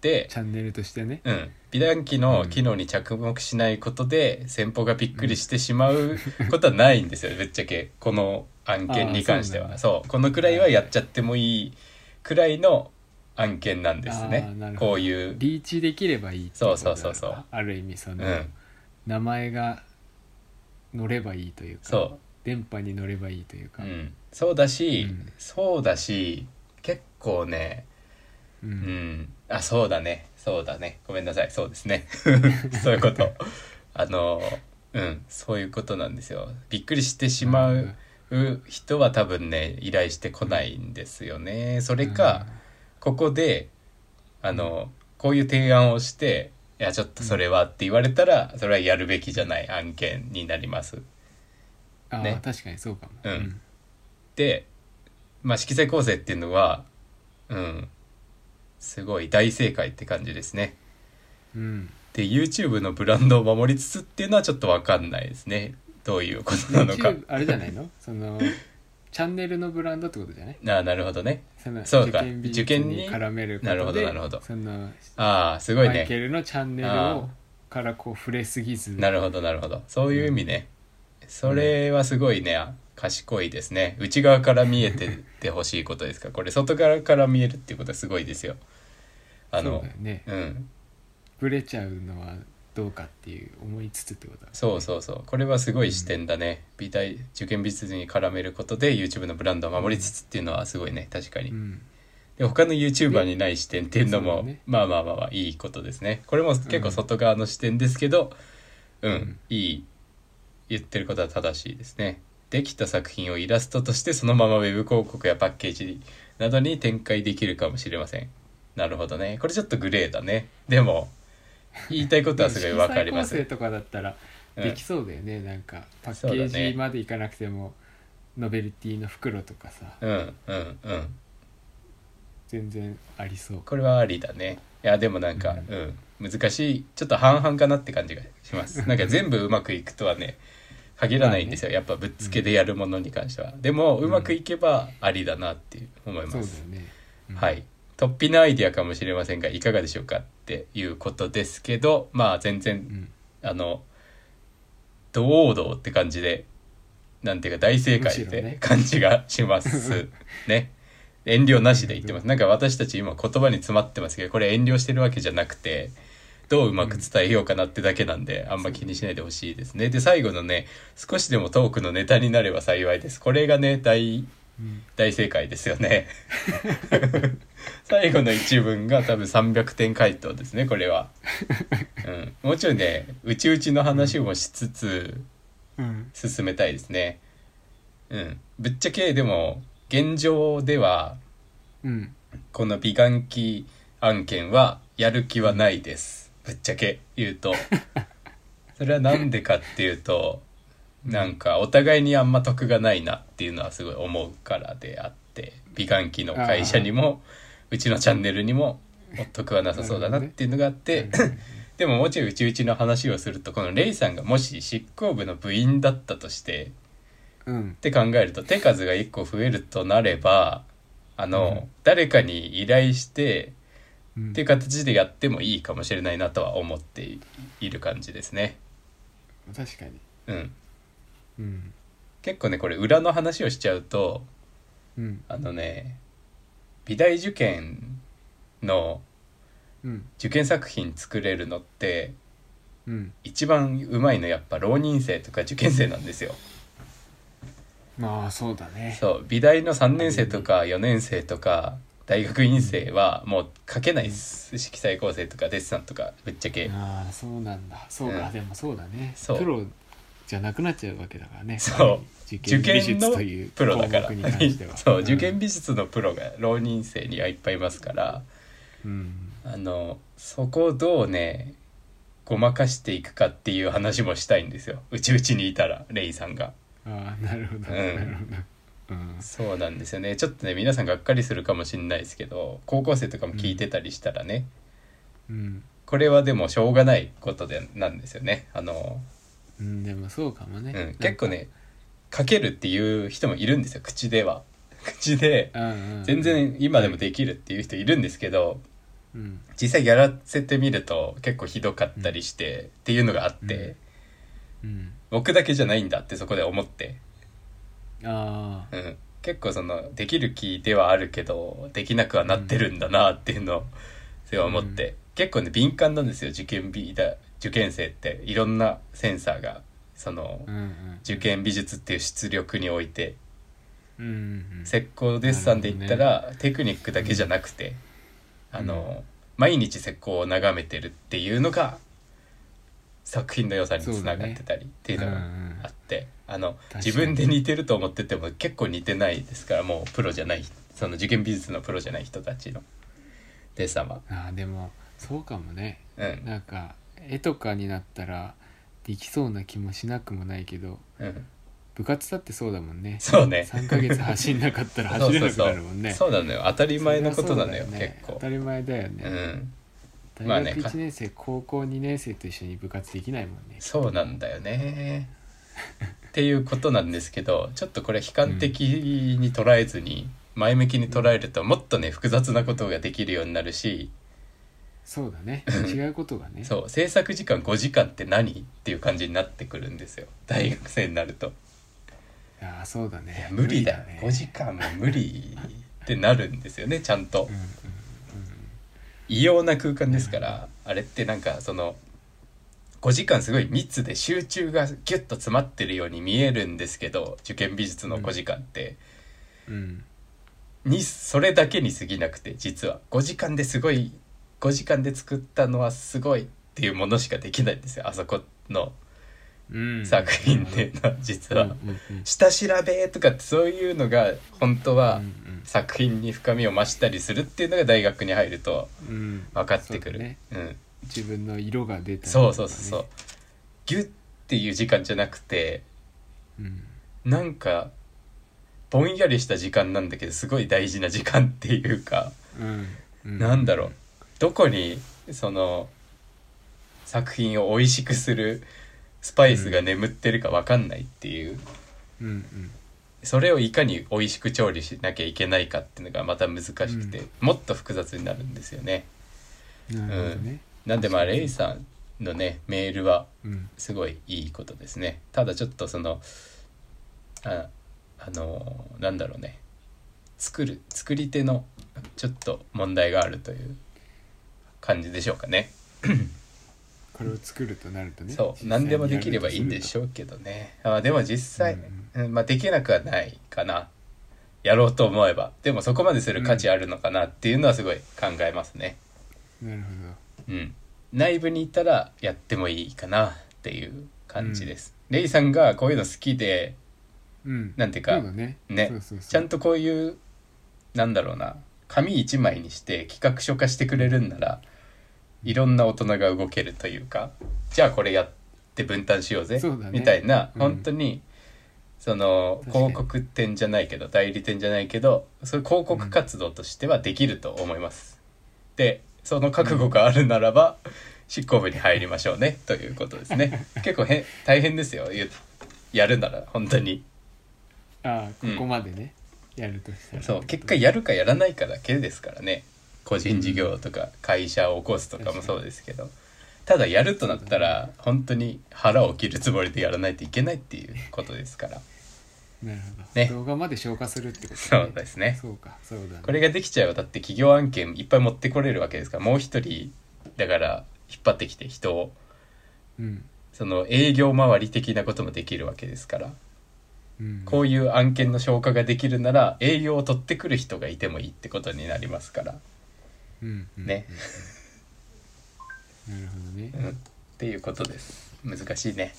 で、
チャンネルとしてね
うん、美談機の機能に着目しないことで先方がびっくりしてしまうことはないんですよ、ぶっちゃけこの案件に関して
あ
は
ー
そうこのくらいはやっちゃってもいいくらいの案件なんです
あ
ね
ーなるほ
こ
ど
ういう
リーチできればいいってことだ
そうそうそうそう
ある意味その、
うん
名前が乗ればいいというか
そう
電波に乗ればいいというか、
うん、そうだし、
うん
そうだし結構ね
う
うんんあそうだねそうだねごめんなさいそうですね [LAUGHS] そういうことあのうんそういうことなんですよびっくりしてしまう人は多分ね依頼してこないんですよねそれか、ここであのこういう提案をして「いやちょっとそれは」って言われたらそれはやるべきじゃない案件になります
あー
ね
確かにそうかも、
うんで、まあ、色彩構成っていうのはうんすごい大正解って感じですね。
うんうん
で YouTube のブランドを守りつつっていうのはちょっと分かんないですねどういうことなのか。
YouTube あれじゃない
[LAUGHS]
のそのチャンネルのブランドってことじゃない
ああなるほどね。
その
そうか
美術
受験に
絡めること
な
で
るほどなるほど
その
ああすごい
マ
ね
イ。ケルのチャンネル
あ
をからこう触れすぎず
なるほどなるほどそういう意味ね、それはすごいね賢いですね内側から見えてってほしいことですかこれ外側から見えるっていうことはすごいですよあ
そう
の
だよね
うん
ブレちゃうのはどうかっていう思いつつってことだ
そうそうそうこれはすごい視点だね、美大受験美術に絡めることで YouTube のブランドを守りつつっていうのはすごいね確かに、
うん
で他の YouTuber にない視点っていうの
そう
も、
だね
まあまあまあまあいいことですねこれも結構外側の視点ですけどうん、
うん
いい言ってることは正しいですねできた作品をイラストとしてそのままウェブ広告やパッケージなどに展開できるかもしれませんなるほどねこれちょっとグレーだねでも言いたいことはすごいわかり
[LAUGHS]
ま
色
す
彩構成とかだったら
うん
できそうだよね、なんかパッ
そ
ケ
うだ
ー
ね
ジまでいかなくても、ノベルティの袋とかさ
うんうんうん
全然ありそう
これはありだねいやでもなんか、うん、難しいちょっと半々かなって感じがし
[LAUGHS]
ますなんか全部うまくいくとはね限らないんですよやっぱぶっつけでやるものに関しては、でもうまくいけばありだなって思い
そう
ま
だ
す
よね、うん
はい突飛なアイディアかもしれませんがいかがでしょうかっていうことですけどまあ全然、
うん
あの堂々って感じでなんていうか大正解っ
むしろ
て
ね
感じがしますね
[LAUGHS]
遠慮なしで言ってますなんか私たち今言葉に詰まってますけどこれ遠慮してるわけじゃなくてどううまく伝えようかなってだけなんで、あんま気にしないでほしいですねで最後のね少しでもトークのネタになれば幸いですこれがね大
うん
大正解ですよね [LAUGHS] 最後の一文が多分300点回答ですねこれは、うん、もうちょいねうちうちの話もしつつ
うん
進めたいですねうんぶっちゃけでも現状では
うん
この美顔器案件はやる気はないですぶっちゃけ言うとそれはなんでかっていうとなんかお互いにあんま得がないなっていうのはすごい思うからであって美顔器の会社にもうちのチャンネルにも得はなさそうだなっていうのがあって、でももちろんうちうちの話をするとこのレイさんがもし執行部の部員だったとして
うん
って考えると手数が1個増えるとなればあの、
うん
誰かに依頼して
うん
っていう形でやってもいいかもしれないなとは思っていいる感じですね。
確かに
うん、
うん
結構ねこれ裏の話をしちゃうと
うん
あのね美大受験の
うん
受験作品作れるのって
うん
一番うまいのやっぱ浪人生とか受験生なんですよ。
まあそうだね
そう美大の3年生とか4年生とか大学院生はもう書けないっす色彩構成とかデッサンとかぶっちゃけ
ああそうなんだそう
う
か
ん
でもそうだね
そう
プロじゃなくなっちゃうわけだからね
そう
受
受
験美
験
術
の
という
プロだから
項目に関して
[LAUGHS]
は
そう受験美術のプロが浪人生にはいっぱいいますから
うん
あのそこをどうねごまかしていくかっていう話もしたいんですようちうちにいたらレイさんが
ああなるほど、
うん
なるほど、うん、
そうなんですよねちょっとね皆さんがっかりするかもしれないですけど高校生とかも聞いてたりしたらね、
うん
これはでもしょうがないことでなんですよねあの
うん、でもそうかもね、
うん、結構ねかけるっていう人もいるんですよ口では口で
なんか、うんうん、
全然今でもできるっていう人いるんですけど
うん
実際やらせてみると結構ひどかったりして、っていうのがあって、
うんうん
僕だけじゃないんだってそこで思って、
あ
う
あ
ん、結構そのできる気ではあるけどできなくはなってるんだなっていうのをすごい思って、結構ね敏感なんですよ受験美だ受験生っていろんなセンサーがその
うんうん
受験美術っていう出力において
うんうんうん
石膏デッサンで言った
な
ら、テクニックだけじゃなくて、
うん
あの毎日石膏を眺めてるっていうのが作品の良さにつながってたりっていうのがあって、あの
かに
自分で似てると思ってても結構似てないですからもうプロじゃないその受験美術のプロじゃない人たちのデッサンは。
ああでもそうかもね
うん
なんか絵とかになったらできそうな気もしなくもないけど
うん、
部活だってそうだもんね
そうね
3ヶ月走んなかったら
[LAUGHS]
走れなくなるもんね
そうそうそうそうなのよ当たり前のことなのよ
それはそうだ
結構
当たり前だよ
う
ね、
んまあ
大
ね
学1年生、高校2年生と一緒に部活できないもんね
そうなんだよね。っていうことなんですけどちょっとこれ悲観的に捉えずに前向きに捉えるともっとね複雑なことができるようになるし
そうだね
うん
違うことがね
そう制作時間5時間って何っていう感じになってくるんですよ大学生になると。
ああそうだ
い
ね
や無理だ
ね
5時間も無理ってなるんですよねちゃんと
うん。うんうん
異様な空間ですからあれってなんかその5時間すごい密で集中がギュッと詰まってるように見えるんですけど受験美術の5時間って。
うん
にそれだけに過ぎなくて実は5時間ですごい5時間で作ったのはすごいっていうものしかできないんですよあそこの
うん
作品っていうのは実
うんう
は。
んうん
下調べとかってそういうのが本当は
うん
作品に深みを増したりするっていうのが大学に入ると
うんうん
分かってくる。
そうだね
うん、
自分の色が出たりとか
そ
ね
うそうそうそう。ギュッっていう時間じゃなくて
うん
なんかぼんやりした時間なんだけどすごい大事な時間っていうか。
うんうん
なんだろうどこにその作品を美味しくするスパイスが眠ってるか分かんないっていう、
うんうん
それをいかに美味しく調理しなきゃいけないかっていうのがまた難しくて、もっと複雑になるんですよね。
なるほどね
なんでまあ
確かに
レイさんのねメールは
うん
すごいいいことですねただちょっとそのああのなんだろうね作る作り手のちょっと問題があるという感じでしょうかね
これを作るとなるとね
そう何でもできればいいんでし
ょ
ょうけどねあでも実際、
う
うんまあ、できなくはないかなやろうと思えばでもそこまでする価値あるのかなっていうのはすごい考えますね
なるほ
うん内部にいたらやってもいいかなっていう感じです、レイさんがこういうの好きで
どうん
なんていうか
そうだね
ね
そうそうそう
ちゃんとこういうなんだろうな紙一枚にして企画書化してくれるんならいろんな大人が動けるというかじゃあこれやって分担しようぜ
そうだね
みたいな、
うん
本当にその
確かに
広告店じゃないけど代理店じゃないけどそういう広告活動としてはできると思います。でその覚悟があるならば、執行部に入りましょうねということです
[LAUGHS]
ね結構へ大変ですよ言うやるなら本当に。
ああこ
うん
こまでね、やるとしたら
そう結果やるかやらないかだけですからね個人事業とか会社を起こすとかもそうですけどただやるとなったら本当に腹を切るつもりでやらないといけないっていうことですから
なるほど、
ね
動画まで消化するってこと、ね、
そうですね
そうかそうだね
これができちゃえばだって企業案件いっぱい持ってこれるわけですからもう一人だから引っ張ってきて人を
うん
その営業回り的なこともできるわけですから
うん
こういう案件の消化ができるなら営業を取ってくる人がいてもいいってことになりますから。
うんうん
ね
うんうんなるほどね、
うん、っていうことです難しいね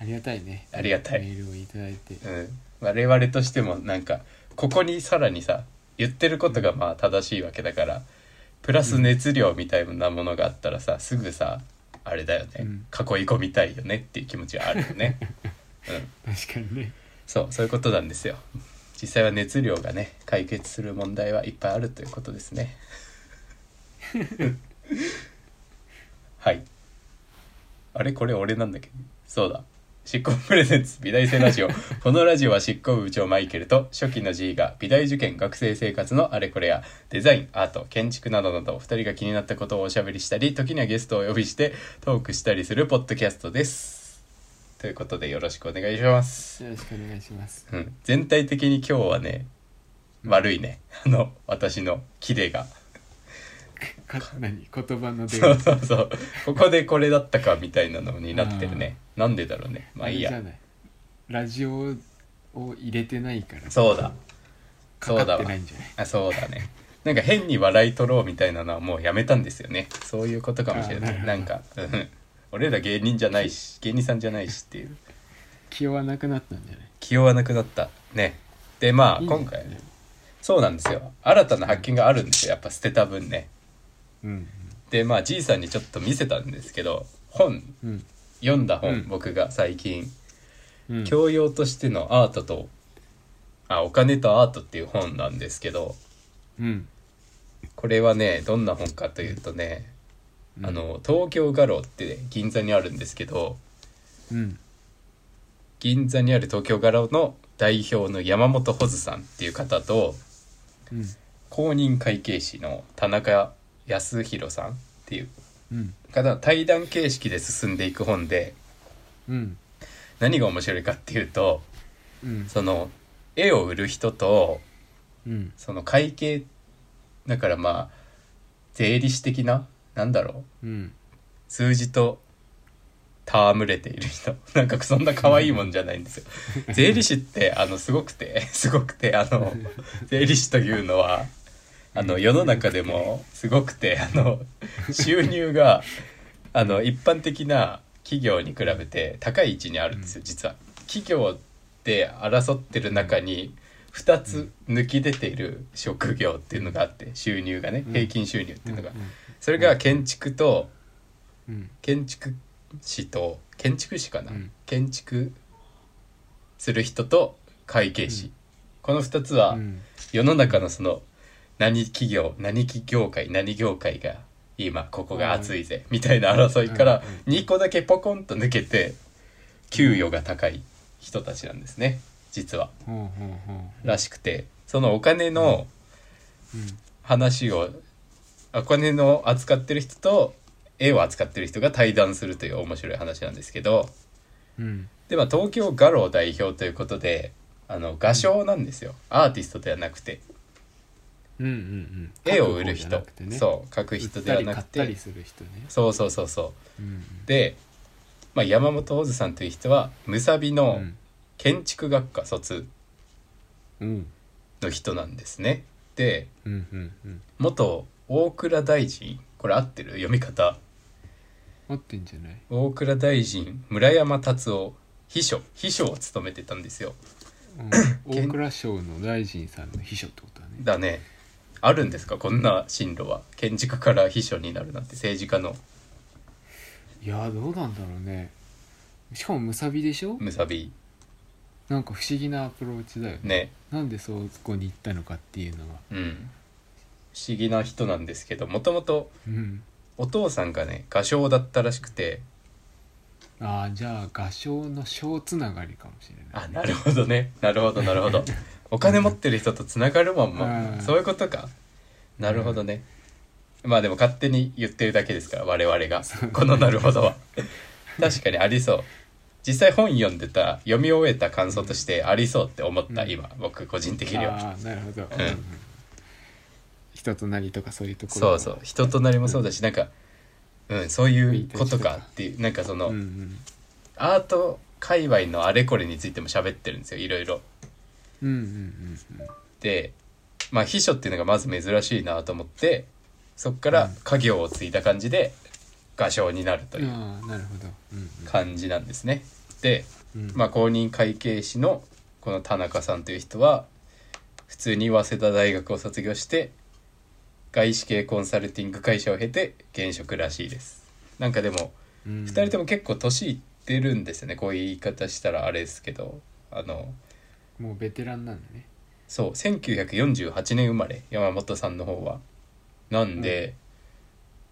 ありがたいね
ありがたい
メールをいただいて
うん、我々としてもなんかここにさらにさ言ってることがまあ正しいわけだからプラス熱量みたいなものがあったらさすぐさあれだよね、
うん
囲い込みたいよねっていう気持ちはあるよ
[LAUGHS]
ね、うん、
確かにね
そうそういうことなんですよ実際は熱量がね解決する問題はいっぱいあるということですねはいあれこれ俺なんだけどそうだ執行部プレゼンツ美大生ラジオこのラジオは執行部部長マイケルと初期の G が美大受験学生生活のあれこれやデザインアート建築などなど2人が気になったことをおしゃべりしたり時にはゲストをお呼びしてトークしたりするポッドキャストですということでよろしくお願いします
よろしくお願いします
うん、全体的に今日はね悪いねあの私のキレが
か何言葉の出
そう
が
そうそうここでこれだったかみたいなのになってるねなんでだろうねまあいい
あれ
や
じゃないラジオを入れてないから
そうだ
か
そう
か
だ
って
わ
ないんじゃない
あそうだねなんか変に笑い取ろうみたいなのはもうやめたんですよねそういうことかもしれな
あ
い
ー
な
なんるほど
か、うん、俺ら芸人じゃないし芸人さんじゃないしっていう
気負わなくなったんじゃない
気負わなくなったねでまあ
いいね
今回ねそうなんですよ新たな発見があるんですよやっぱ捨てた分ね
うん
でまあじいさんにちょっと見せたんですけど本
うん
読んだ本、
うん
僕が最近
うん
「教養としてのアートとあお金とアート」っていう本なんですけど
うん
これはねどんな本かというとね、
うん
あの東京画廊って銀座にあるんですけど
うん
銀座にある東京画廊の代表の山本穂津さんっていう方と
うん
公認会計士の田中康弘さんっていう
うん
方の対談形式で進んでいく本で
うん
何が面白いかっていうと
うん
その絵を売る人と
うん
その会計だからまあ税理士的ななんだろう
うん
数字と戯れている人 [LAUGHS] なんかそんな可愛いもんじゃないん
[LAUGHS]
ですよ税理士ってあのすごくて [LAUGHS] すごくてあの税理士というのはあの世の中でもすごくてあの収入があの一般的な企業に比べて高い位置にあるんですよ実は。企業で争ってる中に2つ抜き出ている職業っていうのがあって収入がね
うん
平均収入っていうのが
うん
それが建築と
うん
建築士と建築士かな、
うん
建築する人と会計士、この2つは
うん
世の中のその何企業何企業界何業界が今ここが熱いぜみたいな争いから
うん
2個だけポコンと抜けて給与が高い人たちなんですね実は
ほうほうほ
らしくてそのお金の
ううん
話をお金の扱ってる人と絵を扱ってる人が対談するという面白い話なんですけど
うん
で、まあ、東京画廊代表ということであの画商なんですよ、アーティストではなくて
うんうんうん
絵を売る人、
書く方じゃなくてね
そう描く
売っ
人で
た
は
り
な
買
く
ったり
て
する人ね
そうそうそうそう
うんうん
で、まあ、山本オズさんという人はムサビ
う
の
ん
建築学科卒
うん
の人なんですね。で
うんうんうん
元大蔵大臣これ合ってる読み方
持ってんじゃない
大蔵大臣村山達夫秘書秘書を務めてたんですよ。
うん、大蔵省の大臣さんの秘書ってことだね
だねあるんですかこんな進路は建築家から秘書になるなんて政治家の
いやーどうなんだろうねしかもムサビでしょ
ムサビ
なんか不思議なアプローチだよね
ね
なんでそこに行ったのかっていうのは
うん不思議な人なんですけどもともと
うん
お父さんがね画商だったらしくて
ああじゃあ画商の賞つながりかもしれない
あなるほどねなるほどなるほどお金持ってる人とつながるもんも
うん
そういうことかなるほどねまあでも勝手に言ってるだけですから我々が
そう
この「なるほどは」確かにありそう実際本読んでた読み終えた感想としてありそうって思った、
うん
今僕個人的には
ああなるほど、
ん
うん人となりとかそういうところ
そうそう人となりもそうだし、なんか、うん、そういうことかっていうなんかその、
うんうん
アート界隈のあれこれについても喋ってるんですよいろいろ。
うんうんうんうん
で、まあ、秘書っていうのがまず珍しいなと思ってそっから家業を継いだ感じで画商になるという
ああなるほど、うん
感じなんですね。で、
うんうん
まあ、公認会計士のこの田中さんという人は普通に早稲田大学を卒業して外資系コンサルティング会社を経て現職らしいです。なんかでも
うん、
2人とも結構年いってるんですよねこういう言い方したらあれですけどあの
もうベテランなんだね
そう1948年生まれ山本さんの方はなんで、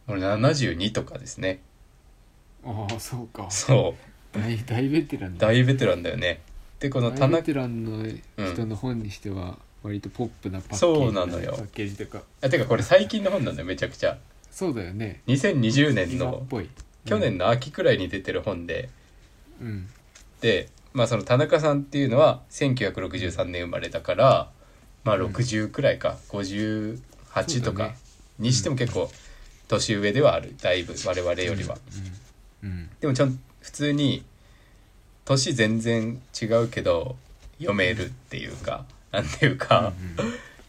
俺72とかですね
ああそうか
そ
大大ベテラン
う
だ
大ベテランだよねでこの田
大ベ
中
テランの人の本にしては割とポップなパッケージ
そうなのよ
パッケージとか
あてかこれ最近の本なんだよめちゃくちゃ
そうだよね
2020年
今っ
の
ぽい
去年の秋くらいに出てる本で
うん
でまあその田中さんっていうのは1963年生まれだからまあ60くらいか、58と
そうだ
か
ね
にしても結構年上ではあるだいぶ我々よりは。
うんうん
でもちゃん普通に年全然違うけど読めるっていうかなんていうか、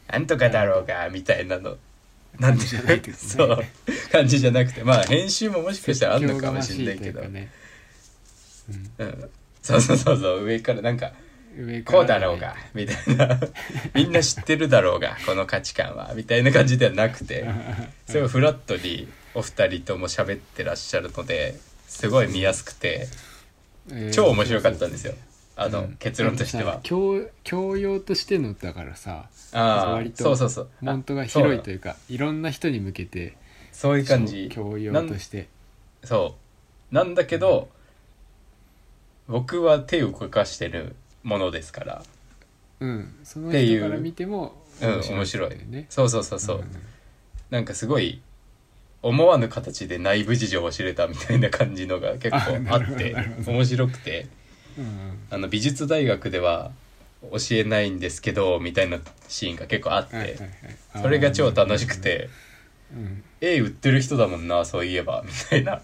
なんとかだろうがみたいなのなんて
感じじゃないけどね
そう感じじゃなくてまあ編集ももしかしたらあんのかもしれないけど
説教がましとうかね
うん、そうそうそうそう上からなんか
うん上から
こうだろうがみたい
[LAUGHS]
なみんな知ってるだろうがこの価値観はみたいな感じではなくてそれをフラットにお二人とも喋ってらっしゃるのですごい見やすくて。
えー
超面白かったんですよ
そうそうそ
あ
う
の、
うん
結論としては
なんかさ教教養としてのだからさ
ああ
割と
そうそうそう
モントが広いと
いう
いうかいろんな人に向けて
そういう感じ
教養
なん
として
そうなんだけど、僕は手を動かしてるものですから、
うんその
っていう
人から見ても
うん、面白い
ってうね
そうそうそうそう、
ん
なんかすごい思わぬ形で内部事情を知れたみたいな感じの
[LAUGHS]
が結構
あ
あ
なる
っ
ほど
て
なるほど
面白くて
うん
あの美術大学では教えないんですけどみたいなシーンが結構あって、
はいはいはいあー
それが超楽しくて。
うん
絵売ってる人だもんなそういえばみたいな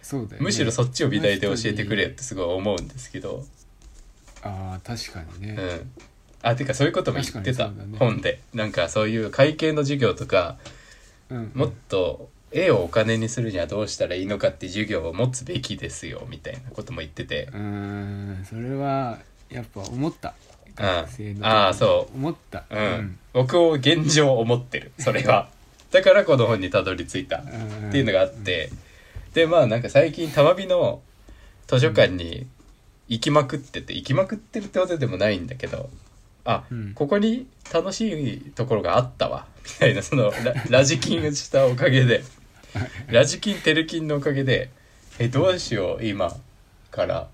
そうだよね
むしろそっちを美大で教えてくれってすごい思うんですけど、
ああ確かにね、
うん、あてかそういうことも言ってた、
確かにそうだね
本でなんかそういう会計の授業とか
うんうん
もっと絵をお金にするにはどうしたらいいのかって授業を持つべきですよみたいなことも言ってて
う、ーんそれはやっぱ思った学生の時
あーそう
思った
うん僕を現状思ってるそれ
[LAUGHS]
はだからこの本にたどり着いたっていうのがあって、でまあなんか最近たまびの図書館に行きまくってて行きまくってるってことでもないんだけどあ、
うん
ここに楽しいところがあったわみたいなそのラ [LAUGHS] ラジキンしたおかげ
[LAUGHS]
でラジキンテルキンのおかげでえどうしよう今から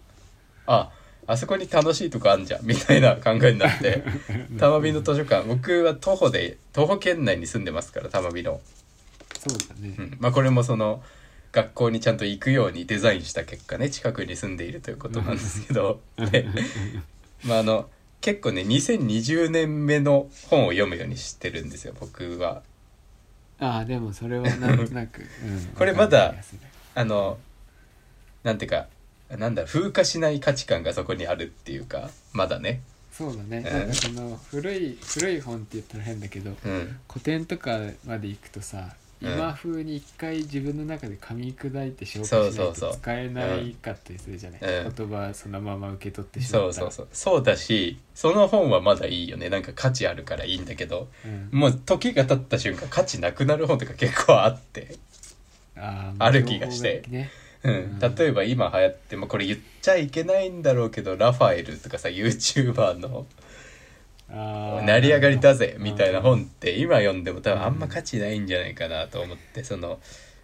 ああそこに楽しいとこあんじゃんみたいな考えにな
[LAUGHS]
って玉美の図書館僕は徒歩で徒歩圏内に住んでますから玉美の。
そうだね
うんまあ、これもその学校にちゃんと行くようにデザインした結果ね近くに住んでいるということなんですけどでまああの結構ね2020年目の本を読むようにしてるんですよ僕は。
ああでもそれはなんとな
[LAUGHS]
く、うん
これまだ
わかる気がする
あのなんていうかなんだ風化しない価値観がそこにあるっていうかまだね。
そうだね、
えー
なんかその古い古い本って言ったら変だけど
うん
古典とかまで行くとさ
うん
今風に一回自分の中で噛み砕いて消化しな
そ
いう
そう
と
そう
使えないかったりするじゃない、
うん
言葉そのまま受け取ってし
そ
まっ
う
た
そう
ら
そうそうだしその本はまだいいよねなんか価値あるからいいんだけど
うん
もう時が経った瞬間価値なくなる本とか結構あって、
あー
[LAUGHS] ある気がして
情報ね
うん、
うん
例えば今流行って、まあ、これ言っちゃいけないんだろうけどラファエルとかさ YouTuber の「
あー
成り上がりだぜ」
うん
みたいな本って今読んでも多分あんま価値ないんじゃないかなと思ってその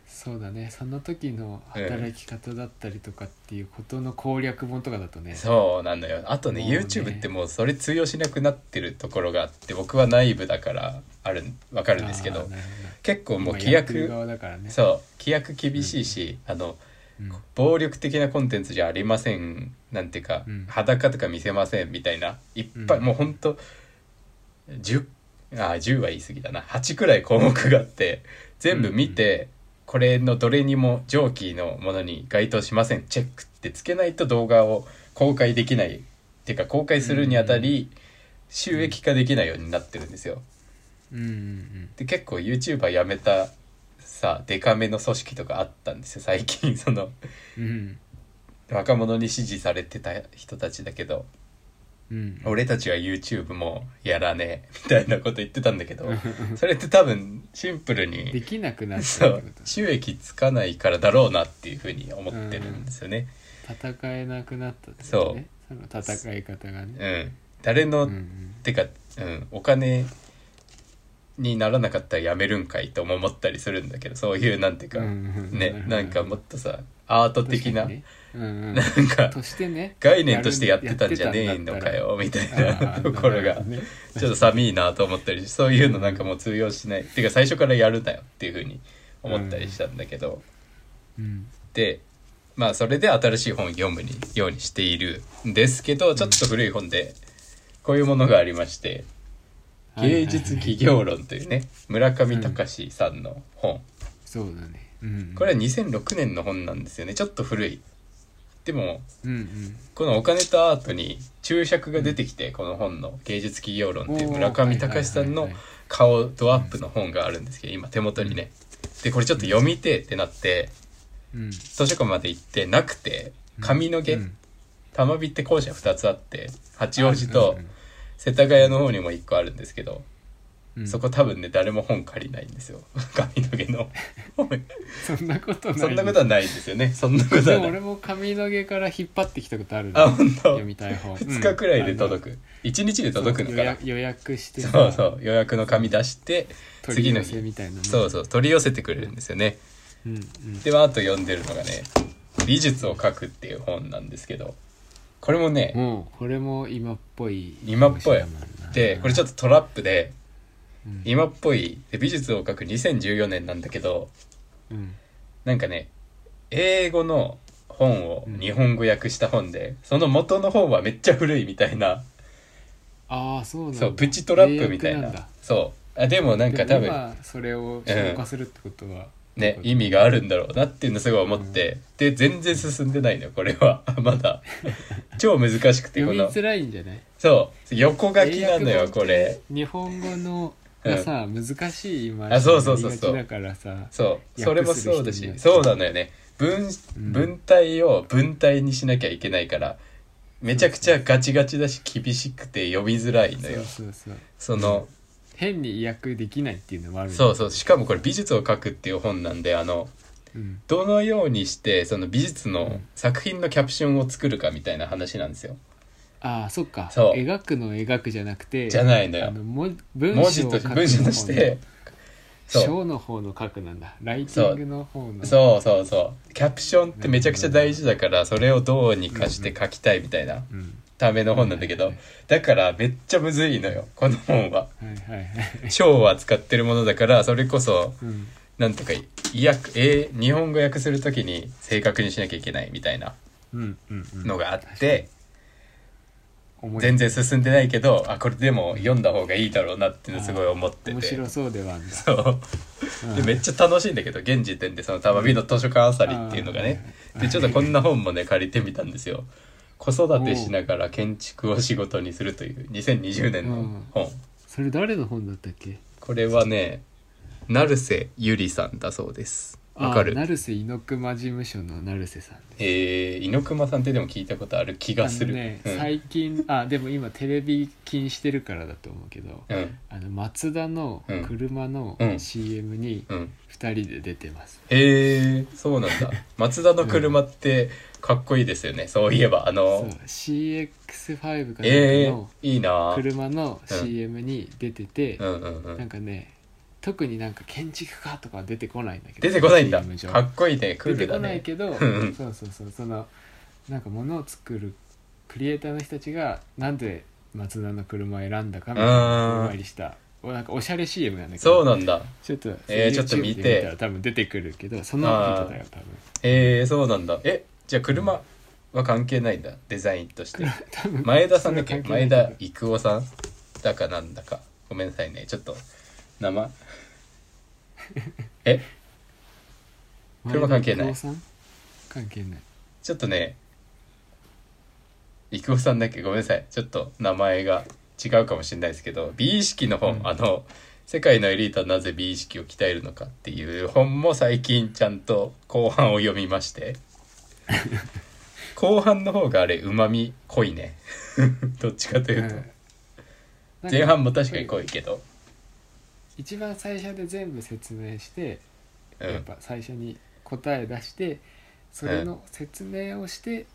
そうだねその時の働き方だったりとかっていうことの攻略本とかだとね、
そうなのよあとね
もうね
YouTube ってもうそれ通用しなくなってるところがあって僕は内部だからあるわかるんですけ
あ
ど
ーなるほど
結構もう
まあ
規
やってる
約
側だからね
そう規約厳しいし、あの
うん、
暴力的なコンテンツじゃありませんなんていうか、
うん
裸とか見せませんみたいないっぱい、
うん
もうほんと10あ10は言い過ぎだな8くらい項目があって全部見て、これのどれにも上記のものに該当しませんチェックってつけないと動画を公開できないっていうか公開するにあたり収益化できないようになってるんですよ。
うんうんうん
で結構 YouTuber 辞めたさデカめの組織とかあったんですよ最近その
うん
若者に支持されてた人たちだけど
うん
俺たちは YouTube もやらねえみたいなこと言ってたんだけど [LAUGHS] それって多分シンプル
で
に
きなくなっち
そ
ゃうって
う
ことだ
収益つかないからだろうなっていうふうに思ってるんですよね。
戦えなくなったってことねその戦い方が
う
ね、
ん、誰の、
うんうん
てか、うん、お金にならなかったらやめるんかいとも思ったりするんだけどそういうなんていうか、
うんうん
ねなんかもっとさアート的な、
確かにねうんうん
なんか
としてね
概念としてやってたんじゃねえのかよみたいな [LAUGHS] ところがちょっと寂いいなと思ったりそういうのなんかもう通用しないっていうか最初からやるなよっていうふうに思ったりしたんだけど、
うん
でまあそれで新しい本を読むにようにしているんですけどちょっと古い本でこういうものがありまして「
はいはいは
芸
い
術企業論」というね村上隆さんの本
そうだね、うん、
これは2006年の本なんですよねちょっと古い。でも
うん
このお金とアートに注釈が出てきて、この本の「芸術企業論」っていう村上隆さん
おー
の
はいはいはいはい
顔ドアップの本があるんですけど今手元にね。でこれちょっと読みてえってなって
うんうん
図書館まで行ってなくて上野毛、
うん
玉美って校舎2つあって八王子と
うん
世田谷の方にも1個あるんですけど、
うん
そこ多分ね誰も本借りないんですよ [LAUGHS] 上野毛
[LAUGHS]
の本
そんなことない
そんなことはないんですよねそんなこと
で
は
も
な
俺
い。
も髪の毛から引っ張ってきたことあるね
あ本当
読みたい本
2日くらいで届
く
く1日で届くのかな
予約してさ
そうそう予約の紙出して
取
次
り
の
寄せ
日
みたいなね
そうそう取り寄せてくれるんですよね
うんうん
ではあと読んでるのがね「美術を書く」っていう本なんですけどこれもね
もうこれも今っぽい
今っぽいで
で
これちょっとトラップで
うん
今っぽいで美術を書く2014年なんだけど
うん
なんかね英語の本を日本語訳した本でその元の本はめっちゃ古いみたいな
ああそうなんだ
そうプチトラップみたい
英
な
訳んだ
そうあでもなんか多分
でも今それを消化するってことは
ね、意味があるんだろうなっていうのすごい思って、で全然進んでないのよこれはまだ超難しくて
読
こ
み
の
づらいんじゃない
そう横書きなの
英
よ
訳
これ
日本語のがさ難しい今
あそうそうそうそう
だからさ
そうそれ
訳
も
する
そうだ
人によ
し
って
そうなのよね文
うん
文体を文体にしなきゃいけないからめちゃくちゃガチガチだし厳しくて読みづらいの
そ
よ
うそうそう
その
変に訳できないっていうのもある
そう
う
そうしかもこれ美術を書くっていう本なんであの
うん
どのようにしてその美術の作品のキャプションを作るかみたいな話なんですよ
ああそっか
そう
描くのを描くじゃなくて
じゃないのよ
あのも文
文
章
字
を
とし
書く
文字としてそう
章の方の書くなんだライティングの方の
そうそうそうキャプションってめちゃくちゃ大事だからそれをどうにかして書きたいみたいな
うん
ための本なんだけ
うん
どだからめっちゃむずいのよこの本は
はいはいはい
章は使ってるものだからそれこそ
うん
なんとか意訳えー日本語訳するときに正確にしなきゃいけないみたいな
うんうんうん
のがあって、
思い
全然進んでないけどあこれでも読んだ方がいいだろうなっていうのすごい思って
面
て
白そうではあんだ
そう
うん
でめっちゃ楽しいんだけど現時点でそのたまびの図書館あさりっていうのがねでちょっとこんな本もね借りてみたんです
[LAUGHS]
よ子育てしながら建築を仕事にするという2020年の本
それ誰の本だったっけ
これはね成瀬ゆりさんだそうですわか
あ
る
成瀬猪熊事務所の成瀬さんです
えー、猪熊さんってでも聞いたことある気がす
あ
る、
のね、
うん
最近あでも今テレビ禁止してるからだと思うけど
うん
あのマツダの車の
うん
CM に
うん
2人で出てます、
へえそうなん
[LAUGHS]
だ松田の車ってかっこいいですよねそういえばあ
そ
の
う CX5 かなんか
えー
の、
いいな
車の
うん
CM に出てて、
うんうんう
なん
ん
かね特になんか建築家とかは出てこないんだけど
出てこないんだ
CM 上
かっこいいねク
出
ー
て
ル
こ
だ
ない
ね
けど、
んうん
そうそうそうそのなんか物を作るクリエイターの人たちがなんで松田の車を選んだかみたいな
うん
お参りしたおなんかおしゃれ CM なんだけど
そうなんだ
ちょっと、
えーちょっと見て
YouTube でたら多分出てくるけどその人だよ多分
へえそうなんだえじゃあ車は関係ないんだデザインとして
多分
前田さんだっけ
それは関係ない
前
け
田
ど
育夫さんだかなんだかごめんなさいねちょっと名
[LAUGHS]
前え車関係ない
前田光雄さん関係ない
ちょっとね、郁夫さんだっけごめんなさい。ちょっと名前が違うかもしれないですけど、美意識の本、
うん
あの、世界のエリートはなぜ美意識を鍛えるのかっていう本も最近ちゃんと後半を読みま
[LAUGHS]
して。後半の方があれ、うまみ濃いね。 [LAUGHS] どっちかというと。
うん
前半も確かに濃いけど。
一番最初で全部説明して、
うん
やっぱ最初に答え出してそれの説明をして、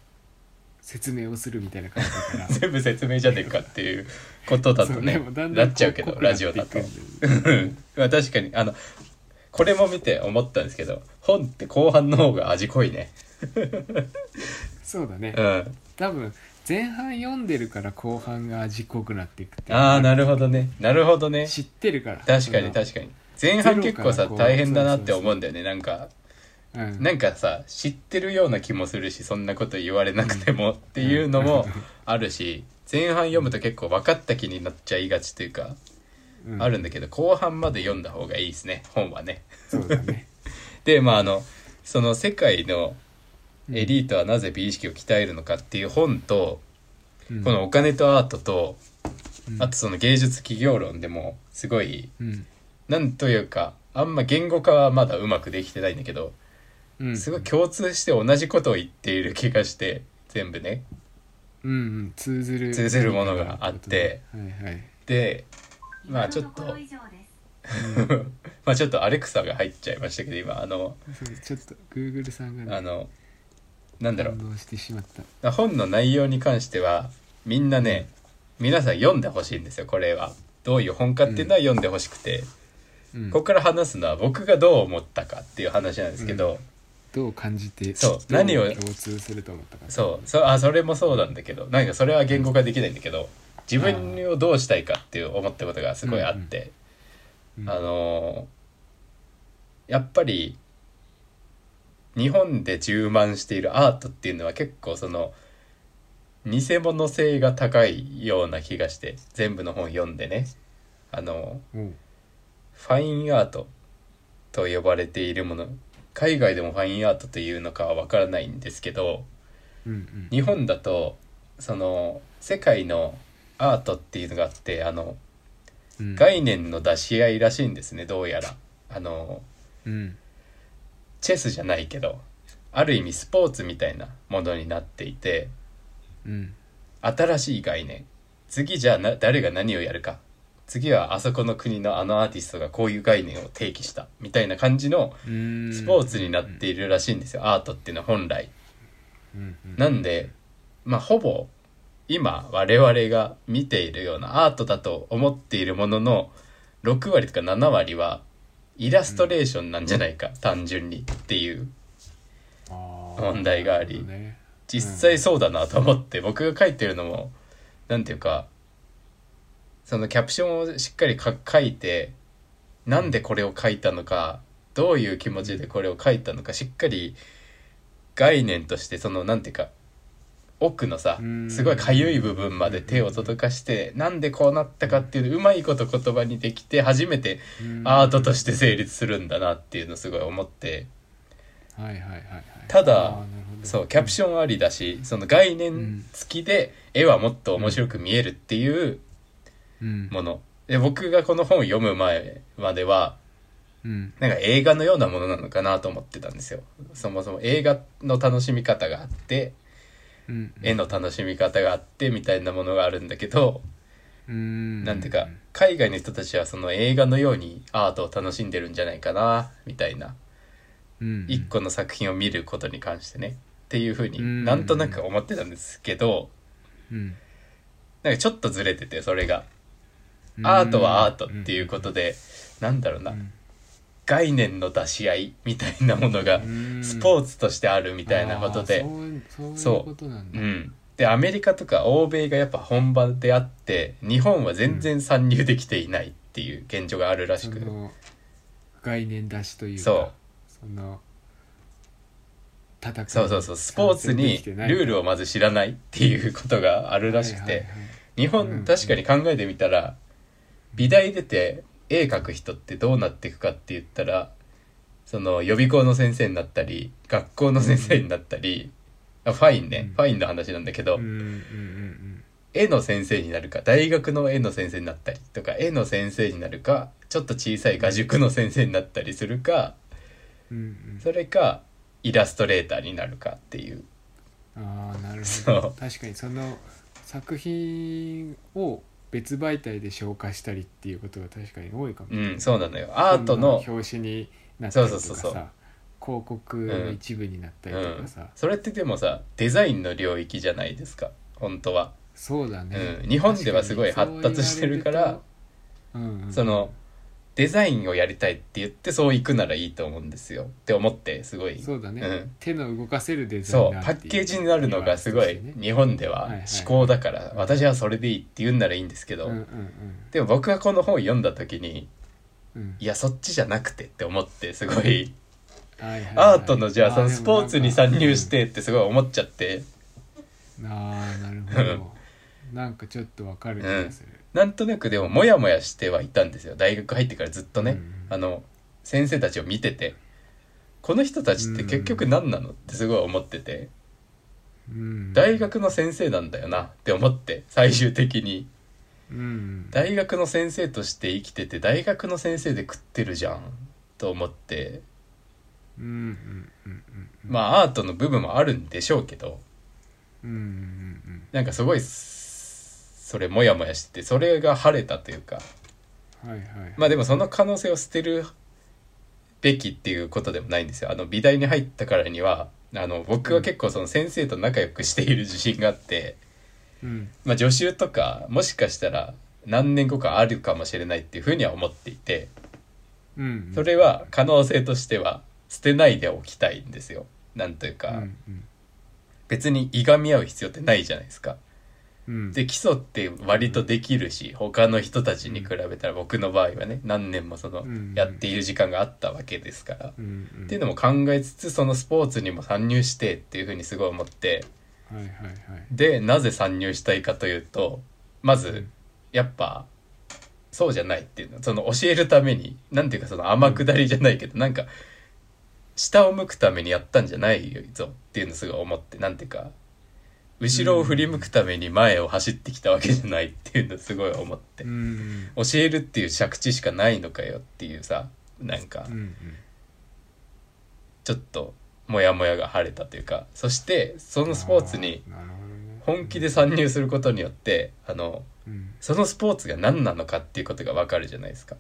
説明をするみたいな感じだ
[LAUGHS]
から
全部説明じゃねえかっていうことだと
そう
ね
でもだんだ
なんっちゃうけど
こう
ラジオだと
濃くなっていくんだよね
まあ確かにあのこれも見て思ったんですけど本って後半の方が味濃いね
そうだね、
うんあ
多分前半読んでるから後半が味濃くなっていくっていう
あーなるほどねなるほどね
知ってるから
確かに確かに前半結構
ゼロから
さ
こう
大変だなって思うんだよねなんか
かに、うん、
なんかさ知ってるような気もするしそんなこと言われなくてもっていうのもあるし前半読むと結構分かった気になっちゃいがちというか
うん
あるんだけど後半まで読んだ方がいいですね本はね
そうだね
でまああのその世界のエリートはなぜ美意識を鍛えるのかっていう本と、
うん
このお金とアートと、
うん
あとその芸術企業論でもすごい
うん
なんというかあんま言語化はまだうまくできてないんだけど
うん
すごい共通して同じことを言っている気がして全部ね。
うんうん通ずる
通ずるものがあって
はいはい
でま
ま
あ
あ
ち
ち
ょ
ょ
っ
っ
と
と。
まあちょっとアレクサが入っちゃいましたけど今あの
そうちょっと Google さんがね
あのなんだろう
反応してしまった
本の内容に関してはみんなね皆さん読んでほしいんですよこれはどういう本かっていうのは読んでほしくて、
うん
ここから話すのは僕がどう思ったかっていう話なんですけど、
どう感じて
そう
ど
何を
共通すると思ったか
そうそあそれもそうなんだけどなんかそれは言語化できないんだけど自分をどうしたいかっていう思ったことがすごいあって、
うん
あのーやっぱり日本で充満しているアートっていうのは結構その偽物性が高いような気がして全部の本読んでねあのー
おう
ファインアートと呼ばれているもの海外でもファインアートというのかはわからないんですけど
うんうん
日本だとその世界のアートっていうのがあってあの
うん
概念の出し合いらしいんですねどうやらあの
うん
チェスじゃないけどある意味スポーツみたいなものになっていて
うん
新しい概念次じゃあな誰が何をやるか次はあそこの国のあのアーティストがこういう概念を提起したみたいな感じの
うん
スポーツになっているらしいんですよ、アートっていうのは本来。
うんうん
なんで、まあ、ほぼ今我々が見ているようなアートだと思っているものの6割とか7割はイラストレーションなんじゃないか、単純にっていう
あー
問題があり
なるほどね
実際そうだなと思って、僕が書いてるのも何ていうかそのキャプションをしっかりか書いてなんでこれを書いたのかどういう気持ちでこれを書いたのかしっかり概念としてそのなんていうか奥のさ
うん
すごいかゆい部分まで手を届かしてなんでこうなったかっていうのうまいこと言葉にできて初めてアートとして成立するんだなっていうのすごい思って
はいはいはいはい
ただ
あーなるほど
そうキャプションありだしその概念付きで絵はもっと面白く見えるっていう
うん
もので僕がこの本を読む前までは
うん
なんか映画のようなものなのかなと思ってたんですよそもそも映画の楽しみ方があって
うん
絵の楽しみ方があってみたいなものがあるんだけど
うん
なんていうか海外の人たちはその映画のようにアートを楽しんでるんじゃないかなみたいな
うん
一個の作品を見ることに関してねっていうふう
う
に
ん
なんとなく思ってたんですけど
うん
なんかちょっとずれててそれが
うん
アートはアートっていうことでなんだろうな
うん
概念の出し合いみたいなものが
うん
スポーツとしてあるみたいなことで
あーそうそういうことな
う
んだ
ん、でアメリカとか欧米がやっぱ本場であって日本は全然参入できていないっていう現状があるらし
そ
く、
の概念出しというか
そう
その戦い
そうそうそうスポーツにルールをまず知らないっていうことがあるらしくて、
はいはいはい
日
うん
本確かに考えてみたら、美大出て絵描く人ってどうなっていくかって言ったらその予備校の先生になったり学校の先生になったり、あファインね、
うん
ファインの話なんだけど、
うんうんうん
絵の先生になるか大学の絵の先生になったりとか絵の先生になるかちょっと小さい画塾の先生になったりするか
うんうんうん
それかイラストレーターになるかっていう
ああなるほ
そ
ど
う
確かにその作品を別媒体で消化したりっていうことが確かに多いかも
うんそうなのよアートの
本表紙になったりとかさ
そうそうそうそう
広告の一部になったりとかさ、
うん、それってでもさデザインの領域じゃないですか本当は、
そうだね、
うん日本ではすごい発達してるから
そう言われると、うんうん
そのデザインをやりたいって言ってそう行くならいいと思うんですよって思ってすごい
そうだね、
うん
手の動かせるデザイ
そ
ン
う
だ
パ
って
ッ
い
ケージになるのがすごい
ニュアンスとしてね
日本では
はいはい
至高だから私はそれでいいって言うんならいいんですけ
うんうん
どでも僕がこの本を読んだ時に
うんうん
いやそっちじゃなくてって思ってすごい
はいはいはい
アートのじゃあそのスポーツに参入してってすごい思っちゃって
あーでもなんかうんあーな
[LAUGHS]
るほどなんかちょっとわかる気がする、
なんとなくでもモヤモヤしてはいたんですよ大学入ってからずっとね、
うんうん
あの先生たちを見ててこの人たちって結局何なのってすごい思ってて
うん
大学の先生なんだよなって思って最終的に。
うん
大学の先生として生きてて大学の先生で食ってるじゃんと思って
うんうんうんうん
まあアートの部分もあるんでしょうけど
うんうん
なんかすごいすそれモヤモヤしててそれが晴れたというか
うんはいはい
まあでもその可能性を捨てるべきっていうことでもないんですよあの美大に入ったからにはあの僕は結構その先生と仲良くしている自信があって、
うん
まあ、助手とかもしかしたら何年後かあるかもしれないっていうふうには思っていて。
うん
それは可能性としては捨てないでおきたいんですよ。なんという
う
か、
んうん
別にいがみ合う必要ってないじゃないですか。
うん
で基礎って割とできるし他の人たちに比べたら僕の場合はね何年もその
うん
やっている時間があったわけですから。
うんうん
っていうのも考えつつそのスポーツにも参入してっていうふうにすごい思って
はいはいはい
でなぜ参入したいかというとま
う
ず
ん
やっぱそうじゃないっていうのその教えるためになんていうかその天下りじゃないけど、なんか下を向くためにやったんじゃないぞっていうのすごい思ってなんていうか後ろを振り向くために前を走ってきたわけじゃないっていうのすごい思って、
うんうん
教えるっていう借地しかないのかよっていうさなんか
うんうん
ちょっとモヤモヤが晴れたというかそしてそのスポーツに
あーなるほどね
本気で参入することによってあの
うん
そのスポーツが何なのかっていうことが分かるじゃないですか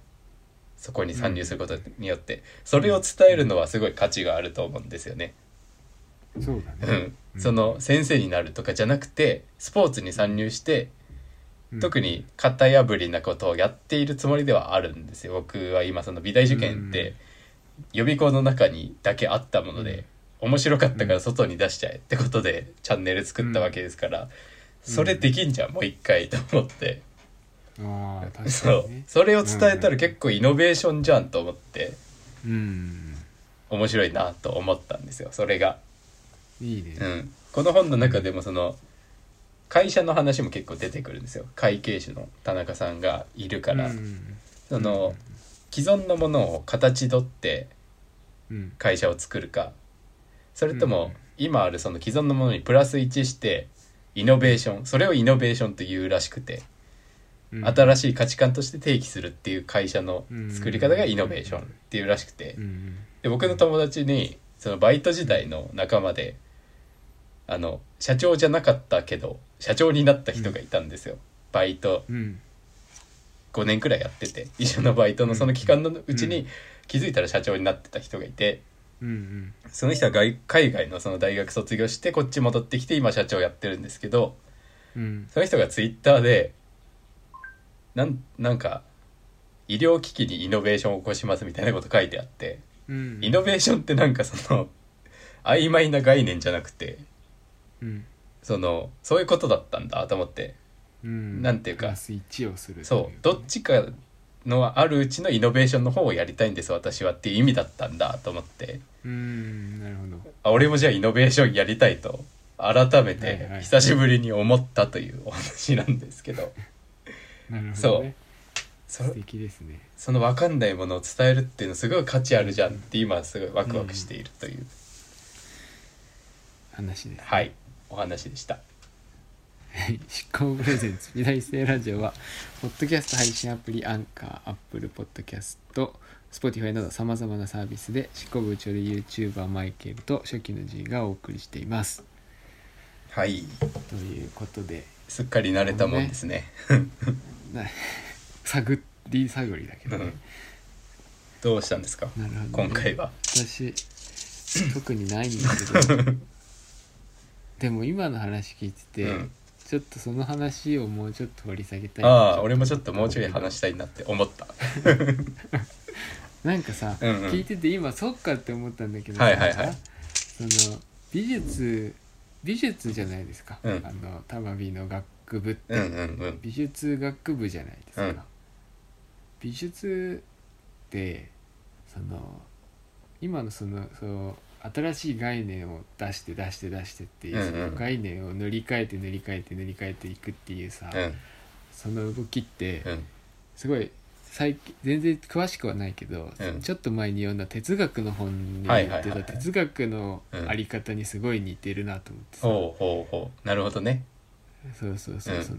そこに参入することによって、それを伝えるのはすごい価値があると思うんですよね、
そうだ
う
ね
ん、その先生になるとかじゃなくてスポーツに参入して
うん
特に型破りなことをやっているつもりではあるんですよ僕は今その美大受験って予備校の中にだけあったもので、面白かったから外に出しちゃえってことでチャンネル作ったわけですから、それできんじゃんもう一回と思って。
ああ確
そ
か
う
にね
それを伝えたら結構イノベーションじゃんと思って、
ううん
面白いなと思ったんですよそれが、
いいね
うん、この本の中でもその会社の話も結構出てくるんですよ会計士の田中さんがいるから、
うん
その既存のものを形取って
うん
会社を作るかそれと
うん
も今あるその既存のものにプラス1してイノベーションそれをイノベーションというらしくて
うん
新しい価値観として提起するっていう会社の作り方がイノベーションっていうらしくて
うん
で僕の友達にそのバイト時代の仲間であの社長じゃなかったけど社長になった人がいたんですよバイト
うん
5年くらいやってて一緒のバイトのその期間のうち
う
に気づいたら社長になってた人がいて
うんうん
その人は外海外のその大学卒業してこっち戻ってきて今社長やってるんですけど
うん
その人がツイッターでなんなんか医療機器にイノベーションを起こしますみたいなこと書いてあって
うん
イノベーションってなんかその [LAUGHS] 曖昧な概念じゃなくて
うん
そのそういうことだったんだと思って
うん
なんていうか
プラス1をする
そうどっちかのあるうちのイノベーションの方をやりたいんです私はっていう意味だったんだと思って
うんなるほど
あ俺もじゃあイノベーションやりたいと改め
はい
て
はい
久しぶりに思ったという [LAUGHS] お話なんですけど
なるほ
そ
ど
う
ね
そ
素敵ですね
その分かんないものを伝えるっていうのすごい価値あるじゃんって今すごいワクワクしているという、
話です
はいお話でした
はい執行プレゼンツ未来性ラジオはポッドキャスト配信アプリアンカーアップルポッドキャスト Spotify などさまざまなサービスで執行部長で YouTuber マイケルと初期の G がお送りしています
はい
ということです
っかり慣れたもんですね
な探り探りだけどね、
[LAUGHS] どうしたんですか
なるほどね、
今回は
私特にないんだけどでも今の話聞いてて、
うん
ちょっとその話をもうちょっと掘り下げたいな
ああ俺もちょっともうちょい話したいなって思った
なんかさ、
うんうん
聞いてて今そっかって思ったんだけど
はいはいはい
その美術美術じゃないですか、
うん
あのたまびの学部って、
うんうんうん
美術学部じゃないですか、
うん
美術ってその今のそのそう新しい概念を出して出して出してっていう、
うんうん
その概念を塗り替えて塗り替えて塗り替えていくっていうさ、
うん
その動きって、
うん
すごい最近全然詳しくはないけど、
うん
ちょっと前に読んだ哲学の本に
は
載
いはいは
っ
い
て
は
た
い
哲学の
うん
あり方にすごい似てるなと思ってさ、
ほうほうほうなるほどね
そうそうそう、
うん
その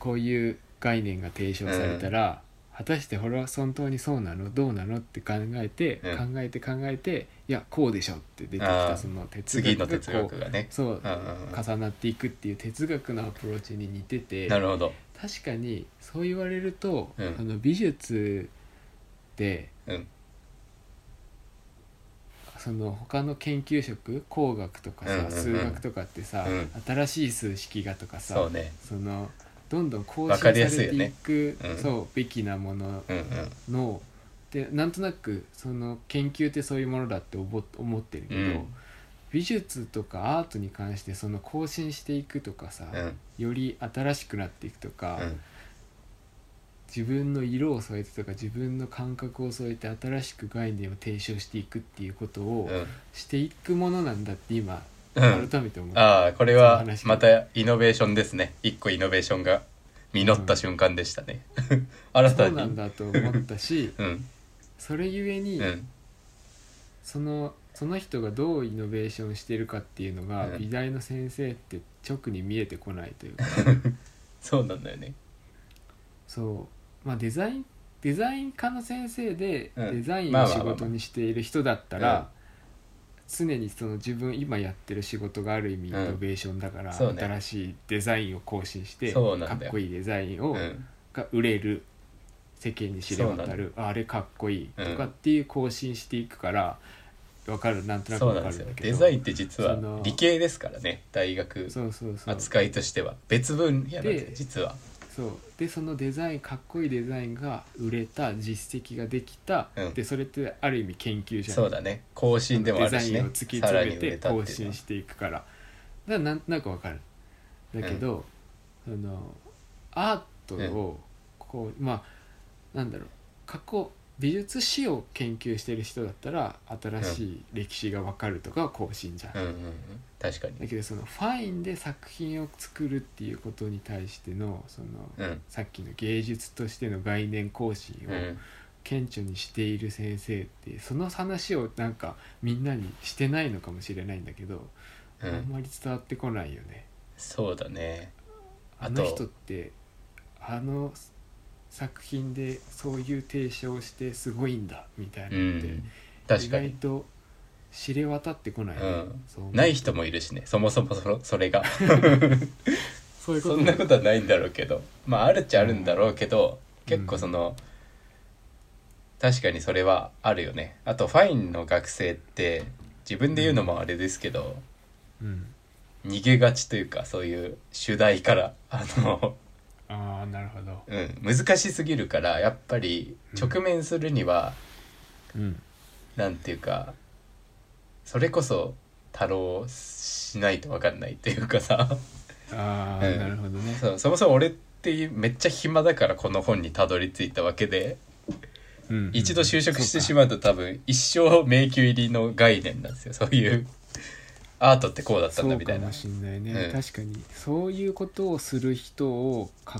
こういう概念が提唱されたら、果たしてこれは本当にそうなのどうなのって考えて、
うん
考えて考えていやこうでしょって出てき
あー
たその哲
次
学
の
がこう
哲学がね
そう
うんうんうん
重なっていくっていう哲学のアプローチに似てて
なるほど
確かにそう言われると、
うん
あの美術で
うん
その他の研究職工学とかさ、
うんうんうん
数学とかってさ、
うん
新しい数式がとかさ
そうね
そのどんどん更
わ
新
か
さ
り
れ
やすいよ
てい
ね
く
うん
そうべきなもの
うんうん
の、でなんとなくその研究ってそういうものだって思思ってるけど、
うん
美術とかアートに関してその更新していくとかさ、
うん
より新しくなっていくとか、
うん
自分の色を添えてとか自分の感覚を添えて新しく概念を提唱していくっていうことを
うん
していくものなんだって今
うん
改めて思った、
ああこれはまたイノベーションですね一個イノベーションが実った瞬間でしたね [LAUGHS] 新
そ
た
う
に
なんだと思ったし
うん
それゆえに、
うん
そのその人がどうイノベーションしてるかっていうのが、
うん
美大の先生って直に見えてこないというか
そうなんだよね
そうまあデザインデザイン科の先生で
うん
デザイン
まあ
を
まあ
仕
まあまあ
事にしている人だった
うん
ら常にその自分今やってる仕事がある意味イ
うん
ノベーションだから、
そうね
新しいデザインを更新してか
そうなんだ
っ
よ
こいいデザインを、
うん
が売れる世間に知れ
そう
渡
なんだ
るああれかっこいい
うん
とかっていう更新していくから、わかるなんとなく
そう
わ
なん
か
です
るんだ
よ
けど
デザインって実は
その
理系ですからね大学
そうそうそう
扱いとしては別分野なんで
です
実は
そうでそのデザインかっこいいデザインが売れた実績ができた、
うん
でそれってある意味研究じゃん
そうだね更新でもある
デザ
し
イン
ね
を突き
さらに
詰め
売
て
れたっていう
更
の
新
は
していくからだからなんとなくわかるだけど、あのアートをこう、まあなんだろう過去美術史を研究してる人だったら新しい歴史が分かるとかは更新じゃん、
うんうんうん確か
だ
に
けどそのファインで作品を作るっていうことに対してのその、
うん
さっきの芸術としての概念更新
う
を
ん
顕著にしている先生ってその話をなんかみんなにしてないのかもしれないんだけど、
う
あ
ん
んまり伝わってこないよね。
そうだね
あ
あ
の
と
人ってあの作品でそういう提唱をしてすごいんだみたいな
う
のって、
ん確
意
か
外
に
と知れ渡ってこない、ね
うん
そう思う
ない人もいるしねそもそもそそれが
そういうこ
そ
と
んなことはないんだろうけどまああるっちゃあるんだろうけど、結構その、確かにそれはあるよねあとファインの学生って自分で言うのもあれですけど、
うん、
逃げがちというかそういう主題からあの、
ああなるほど、
うん、難しすぎるからやっぱり直面するには、
うん、
なんていうかそれこそ太郎しないと分かんないというかさ [LAUGHS]
ああ、
うん
なるほどね
そうそもそも俺ってめっちゃ暇だからこの本にたどり着いたわけで
うんうん
一度就職してし
う
まうと多分一生迷宮入りの概念なんですよそういうアートってこうだったん
そ
だ
う
みた
か
いな
もしんない
う
ね、
ん
確かにそういうことをする人を囲う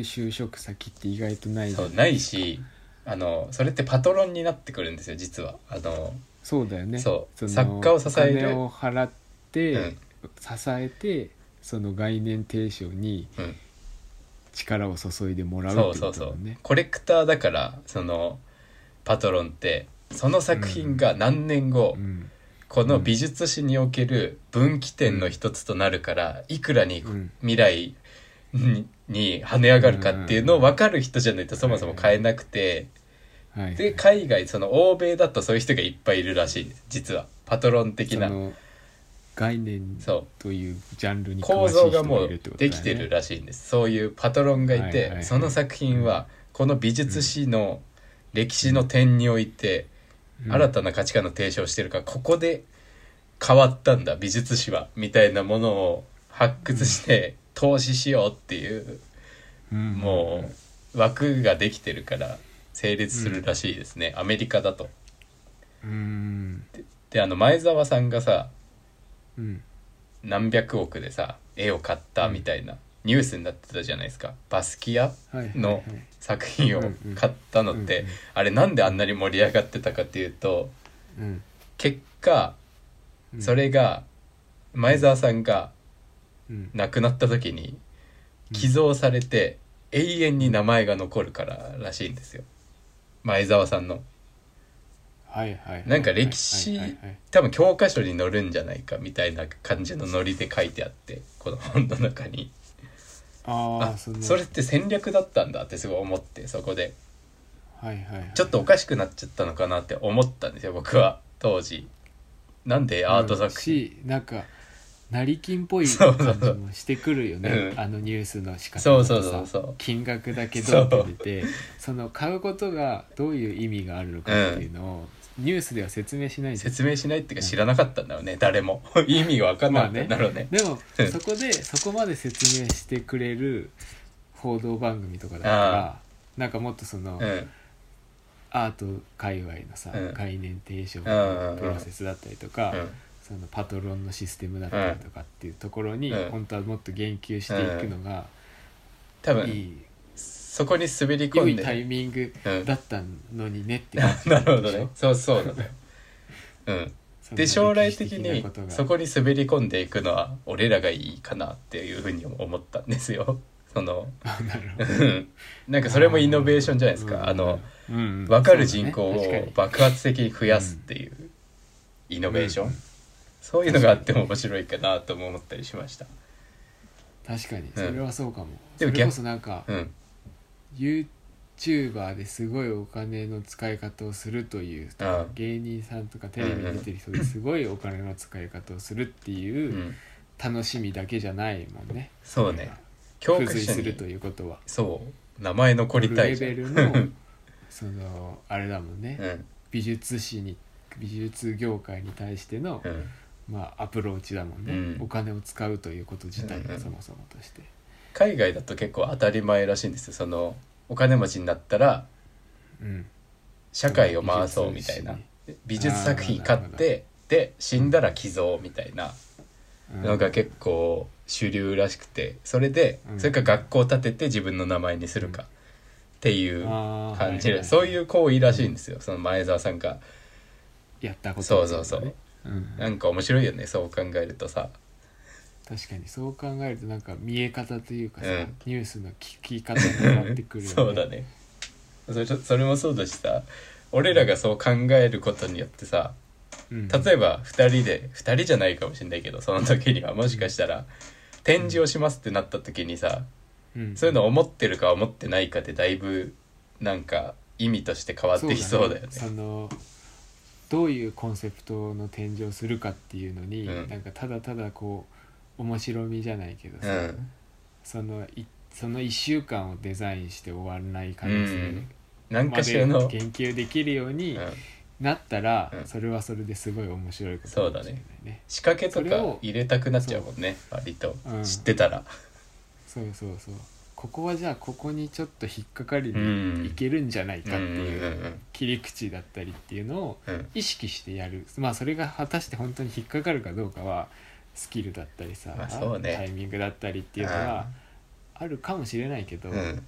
就職先って意外とない
そうないしあのそれってパトロンになってくるんですよ実はあの
そうだよね
そう
の
作家を支える
お金を払って、
うん
支えてその概念提唱に
うん
力を注いでもらう
そ
っ
う
て
そ
こ
う
と
そ
だも
うん
ね
コレクターだからそのパトロンってその作品が何年後、
うん
この美術史における分岐点の一つとなるから、いくらに
うん
未来にに跳ね上がるかっていうのを分かる人じゃないとそもそも買えなくて、
はいはい
で海外その欧米だとそういう人がいっぱいいるらしいです実はパトロン的な
その概念
そう
というジャンルに詳
構
しい人
造がも
がいるっ
う
てことだ
で
よね
きてるらしいんですそういうパトロンがい
はいはいは
て
い
その作品はこの美術史の歴史の点において
うん
新たな価値観の提唱をしてるからここで変わったんだ美術史はみたいなものを発掘して投資しようっていう
うん
もう枠ができてるから成立するらしいですねアメリカだと。
うん
であの前澤さんがさ
うん
何百億でさ絵を買ったみたいなニュースになってたじゃないですかバスキア
はいはいは
の
い
作品を買ったのっ
う
て
んうん
あれなんであんなに盛り上がってたかっていうと
うん
結果
うん
それが前澤さんが
うん
亡くなった時に寄贈されて永遠に名前が残るかららしいんですよ前澤さんの
はいはいはい
なんか歴史
はいはいはい
多分教科書に載るんじゃないかみたいな感じのノリで書いてあってこの本の中に
あ
あ
あその
それって戦略だったんだってすごい思ってそこで
はいはいはい
ちょっとおかしくなっちゃったのかなって思ったんですよ僕は当時なんでアート作品、
しなんか成金っぽい
そうそうそ
感
う
じもしてくるよね
うん
あのニュースの仕方
そう
と
そう
さ
そうそう
金額だけ
そ
ど
う
って出てその買うことがどういう意味があるのかっていうのを、ニュースでは説明しないじゃん
説明しないっていうか知らなかったんだろうね誰も [LAUGHS] 意味わかんなかったんだろうね,、
でも
うん
そこでそこまで説明してくれる報道番組とかだったらなんかもっとその、
うん
アート界隈のさ、
うん
概念提唱のプロセスだったりとか、
うん
そのパトロンのシステムだったりとかっていうところに、
うん
本当はもっと言及していくのが、
多
い
分
い
そこに滑り
良
込ん
いタ
で
イミング
うん
だったのにねっていう感じ
[LAUGHS] なるほど
でし
ね
ょ
そうそう
[LAUGHS]
なんだよ、うん、
そんな
で
歴史
将来的
な
に
ことが
そこに滑り込んでいくのは俺らがいいかなっていうふうに思ったんですよその
あ [LAUGHS] なるほ
う
ど
んなんかそれもイノベーションじゃないですかあの
うんうん
分かる人口
そうだね
を
確か
爆発的に増やすっていうイノベーショ
うん
ンそういうのがあっても面白いかなとも思ったりしました
に確かにそれはそうかも、
でも
そ
逆
れこそなんか、
うん
YouTuber ですごいお金の使い方をするというと
う
か
ん
芸人さんとかテレビに出てる人ですごいお金の使い方をするって
う
いうん楽しみだけじゃないもんね
そうね
そ
教
れ
科
が付随
書
すると
に
いうことは
そう名前残りたい
レ
じゃ
ベ
ん
ルの
[LAUGHS]
そのあれだもんね
うん
美術史に美術業界に対しての
うん
まあアプローチだもんね、
うん
お金を使うということ自体
うんう
が
ん
そもそもとして、
海外だと結構当たり前らしいんですよそのお金持ちになったら
うん
社会を回そうみたいな美術作品買ってで死んだら寄贈みたいなのが結構主流らしくてそれで
うん
それか学校建てて自分の名前にするかっていう感
感
じでそういう行為らしいんですよその前澤さんが
やったこと
そうそうそう
うん
なんか面白いよねそう考えるとさ
確かにそう考えるとなんか見え方というかさ、
うん
ニュースの聞き方が変わってくる
[LAUGHS]
よ
そうだねそれちょそれもそうだしさ俺らがそう考えることによってさ
うん
例えば2人で2人じゃないかもしれないけどその時にはもしかしたら展示をしますってなった時にさ
うん
そういうの思ってるか思ってないかでだいぶなんか意味として変わってきそうだよね。
そのどういうコンセプトの展示をするかっていうのに、
うん
なんかただただこう面白みじゃないけど
う
さ、
ん
そのいその1週間をデザインして終わらない可
う
能性
ん、何
ま
か
で
しらの、
言及できるよう
う
に
ん、
なったら、
うん
それはそれですごい面白いことかもしれないね。
仕掛けと
それ
か
を
入れたくなっちゃうもんね割と、
うん
知ってたら。
そうそうそうここはじゃあここにちょっと引っかかり
うん
にいけるんじゃないかって
うんうんう
いうん切り口だったりっていうのを
うん
意識してやるまあそれが果たして本当に引っかかるかどうかはスキルだったりさ、
まあそうね
タイミングだったりっていうのはあるかもしれないけど、
うん、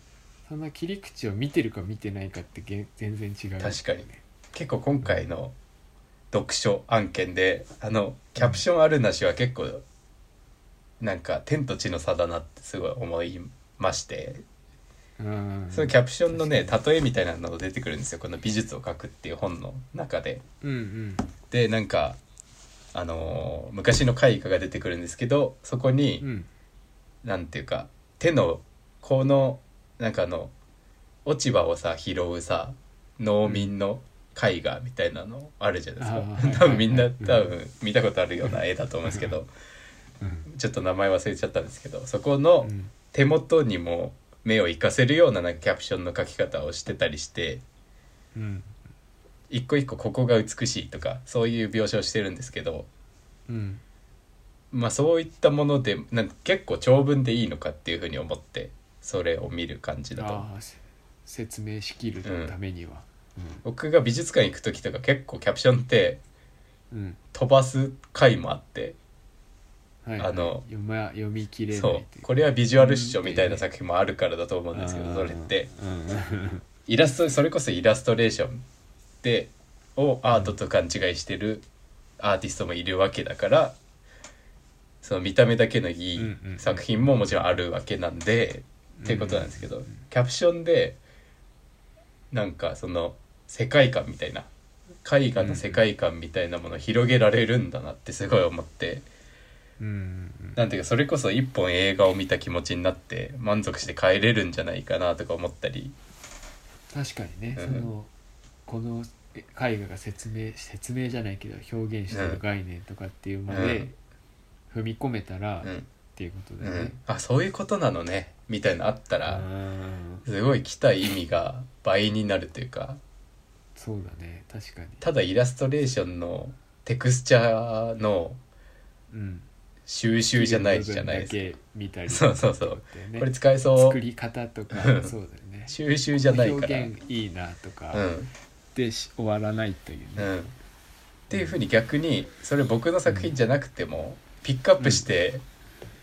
その切り口を見てるか見てないかってげ全然違う、
確かに結構今回の読書案件であのキャプションあるなしは結構なんか天と地の差だなってすごい思いまして
うん
そのキャプションのね例えみたいなのが出てくるんですよこの「美術を描く」っていう本の中で。
うんうん
でなんかあのー昔の絵画が出てくるんですけどそこに
うん
なんていうか手のこのなんかあの落ち葉をさ拾うさ農民の絵画みたいなのあるじゃない
あーはいは
で
いは
す
い
か多分みんな
う
多
ん
分見たことあるような絵だと思うんですけど
うん
ちょっと名前忘れちゃったんですけどそこの
うん
手元にも目を活かせるようななんかキャプションの書き方をしてたりして
うん
一個一個ここが美しいとかそういう描写をしてるんですけど
うん
まあそういったものでなんか結構長文でいいのかっていうふうに思ってそれを見る感じだと
ああせ説明しきるためには、
僕が美術館行く時とか結構キャプションって
うんうん
飛ばす回もあって
はい
あの
読,、ま、読み切れない
そう
という
これはビジュアル主張みたいな作品もあるからだと思うんですけ
あ
ど
ー
それって
うん
イラストそれこそイラストレーションでをアートと勘違いしてるアーティストもいるわけだからその見た目だけのい
うん
い
うんうん
作品ももちろんあるわけなんでっていうことなんですけどキャプションでなんかその世界観みたいな絵画の世界観みたいなものを広げられるんだなってすごい思って
うんうん
なんていうかそれこそ一本映画を見た気持ちになって満足して帰れるんじゃないかなとか思ったり
確かにね、
うん
そのこのえ絵画が説明説明じゃないけど表現してる概念とかっていうま
う
で
ん
踏み込めたら、
う
っ
ん
ていうこと
う
だよね
ん、、あそういうことなのねみたいなのあった
あ
ら
ー
すごい来た意味が倍になるというか
そうだね確かに、
ただイラストレーションのテクスチャーの
うん、
収集じゃないじゃないですか
部分だけ見たり
そうそうそう
だよね
これ使えそ
作
う
り方とか
うん
そうだよね
収集じゃないから
表現いいなとか、
うん
でし終わらないという
う
ね、
んっていうふうに逆にそれ僕の作品じゃなくてもピックアップして、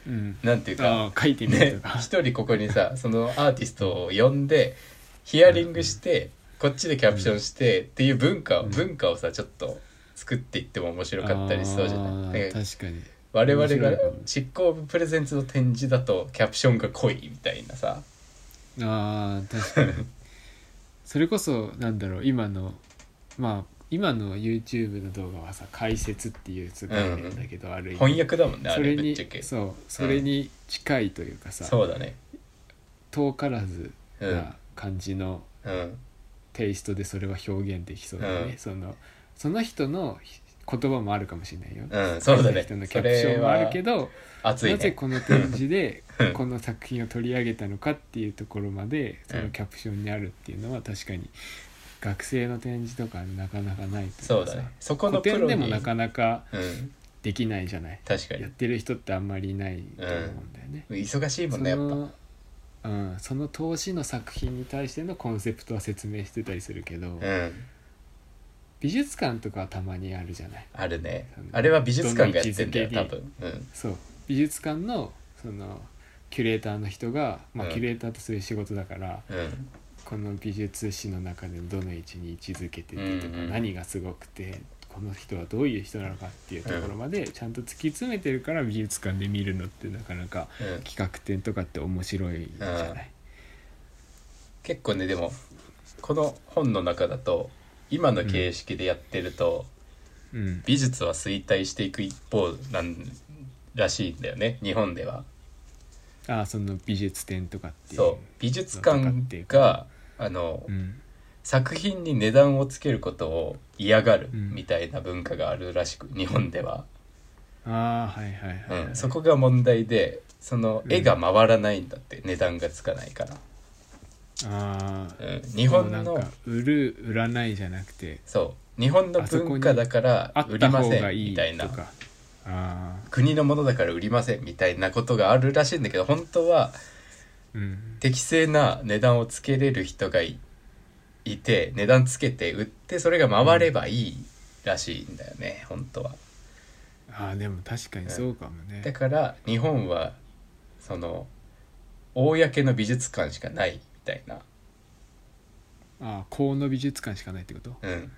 うん
なんていうか
ああ書いてみる
ね
とか、
一人ここにさそのアーティストを呼んでヒアリングして、こっちでキャプションして、っていう文化を、
うん
文化をさちょっと作っていっても面白かったりしそうじゃない
あ
な
ー
んか
確かに
我々
面白
が
いかも
執行部プレゼンツの展示だとキャプションが濃いみたいなさ
あー確かに [LAUGHS] それこそなんだろう今のまあ今の YouTube の動画はさ解説っていう概念だけど、ある意味
翻訳だもんねあ
そ
れ
れ
ぶっ
に
ちゃけそ
そうそれに近いというかさ、
うだね
遠からず
うん
な感じの
うん
テイストでそれは表現できそうだね、
うん
そのその人の言葉もあるかもしれないよ、
うんそうだね
その
そ
人のキャプシ
れ
ョンもある
は
けど
熱い
なぜ
ね
この展示で
うん
この作品を取り上げたのかっていうところまでそ
うん
のキャプションにあるっていうのは確かに学生の展示とかなかなかないといかさ
そうだねそこのプ
古典
ロ
でも
に
なかなか
うん
できないじゃない
確か
やっ
に
てる人ってあんまりいないと思うんだよね、
忙しいも
そ
んねやっぱ
のうん、その投資の作品に対してのコンセプトは説明してたりするけ
う
ど、
ん
美術館とかはたまにあるじゃない
あるねあれは美術館がやってんだよ
どの
多
位置づ
分うん
そう美術館のそのキュレーターの人が、まあ、
うん
キュレーターとそういう仕事だから、
うん
この美術史の中でどの位置に位置づけててとか、
うんうん
何がすごくてこの人はどういう人なのかっていうところまでちゃんと突き詰めてるから美術館で見るのってなかなか
うん
企画展とかって面白いじゃない。
結構ねでもこの本の中だと今の形式でやってると、
うん、
美術は衰退していく一方なんらしいんだよね日本では。
ああその美術展とかっていう
そう美術館があの、
うん
作品に値段をつけることを嫌がる
うん
みたいな文化があるらしく日本では、
ああはいはいは
う
い、
ん、そこが問題でその絵が回らないんだって、値段がつかないから、
ああ
うん、日本
なん
の
か売る売らないじゃなくて
そう日本の
あそこに
文化だから
あっ
売り
た
ま
方
せ
が
ん
い
み
い
たいな
とかああ
国のものだから売りませんみたいなことがあるらしいんだけど本当は
うん
適正な値段をつけれる人がいいて値段つけて売ってそれが回ればいいらしいんだよね本当は
ああでも確かにそうかもね、
だから日本はその公の美術館しかないみたいな、
ああ河野美術館しかないってこと
うん、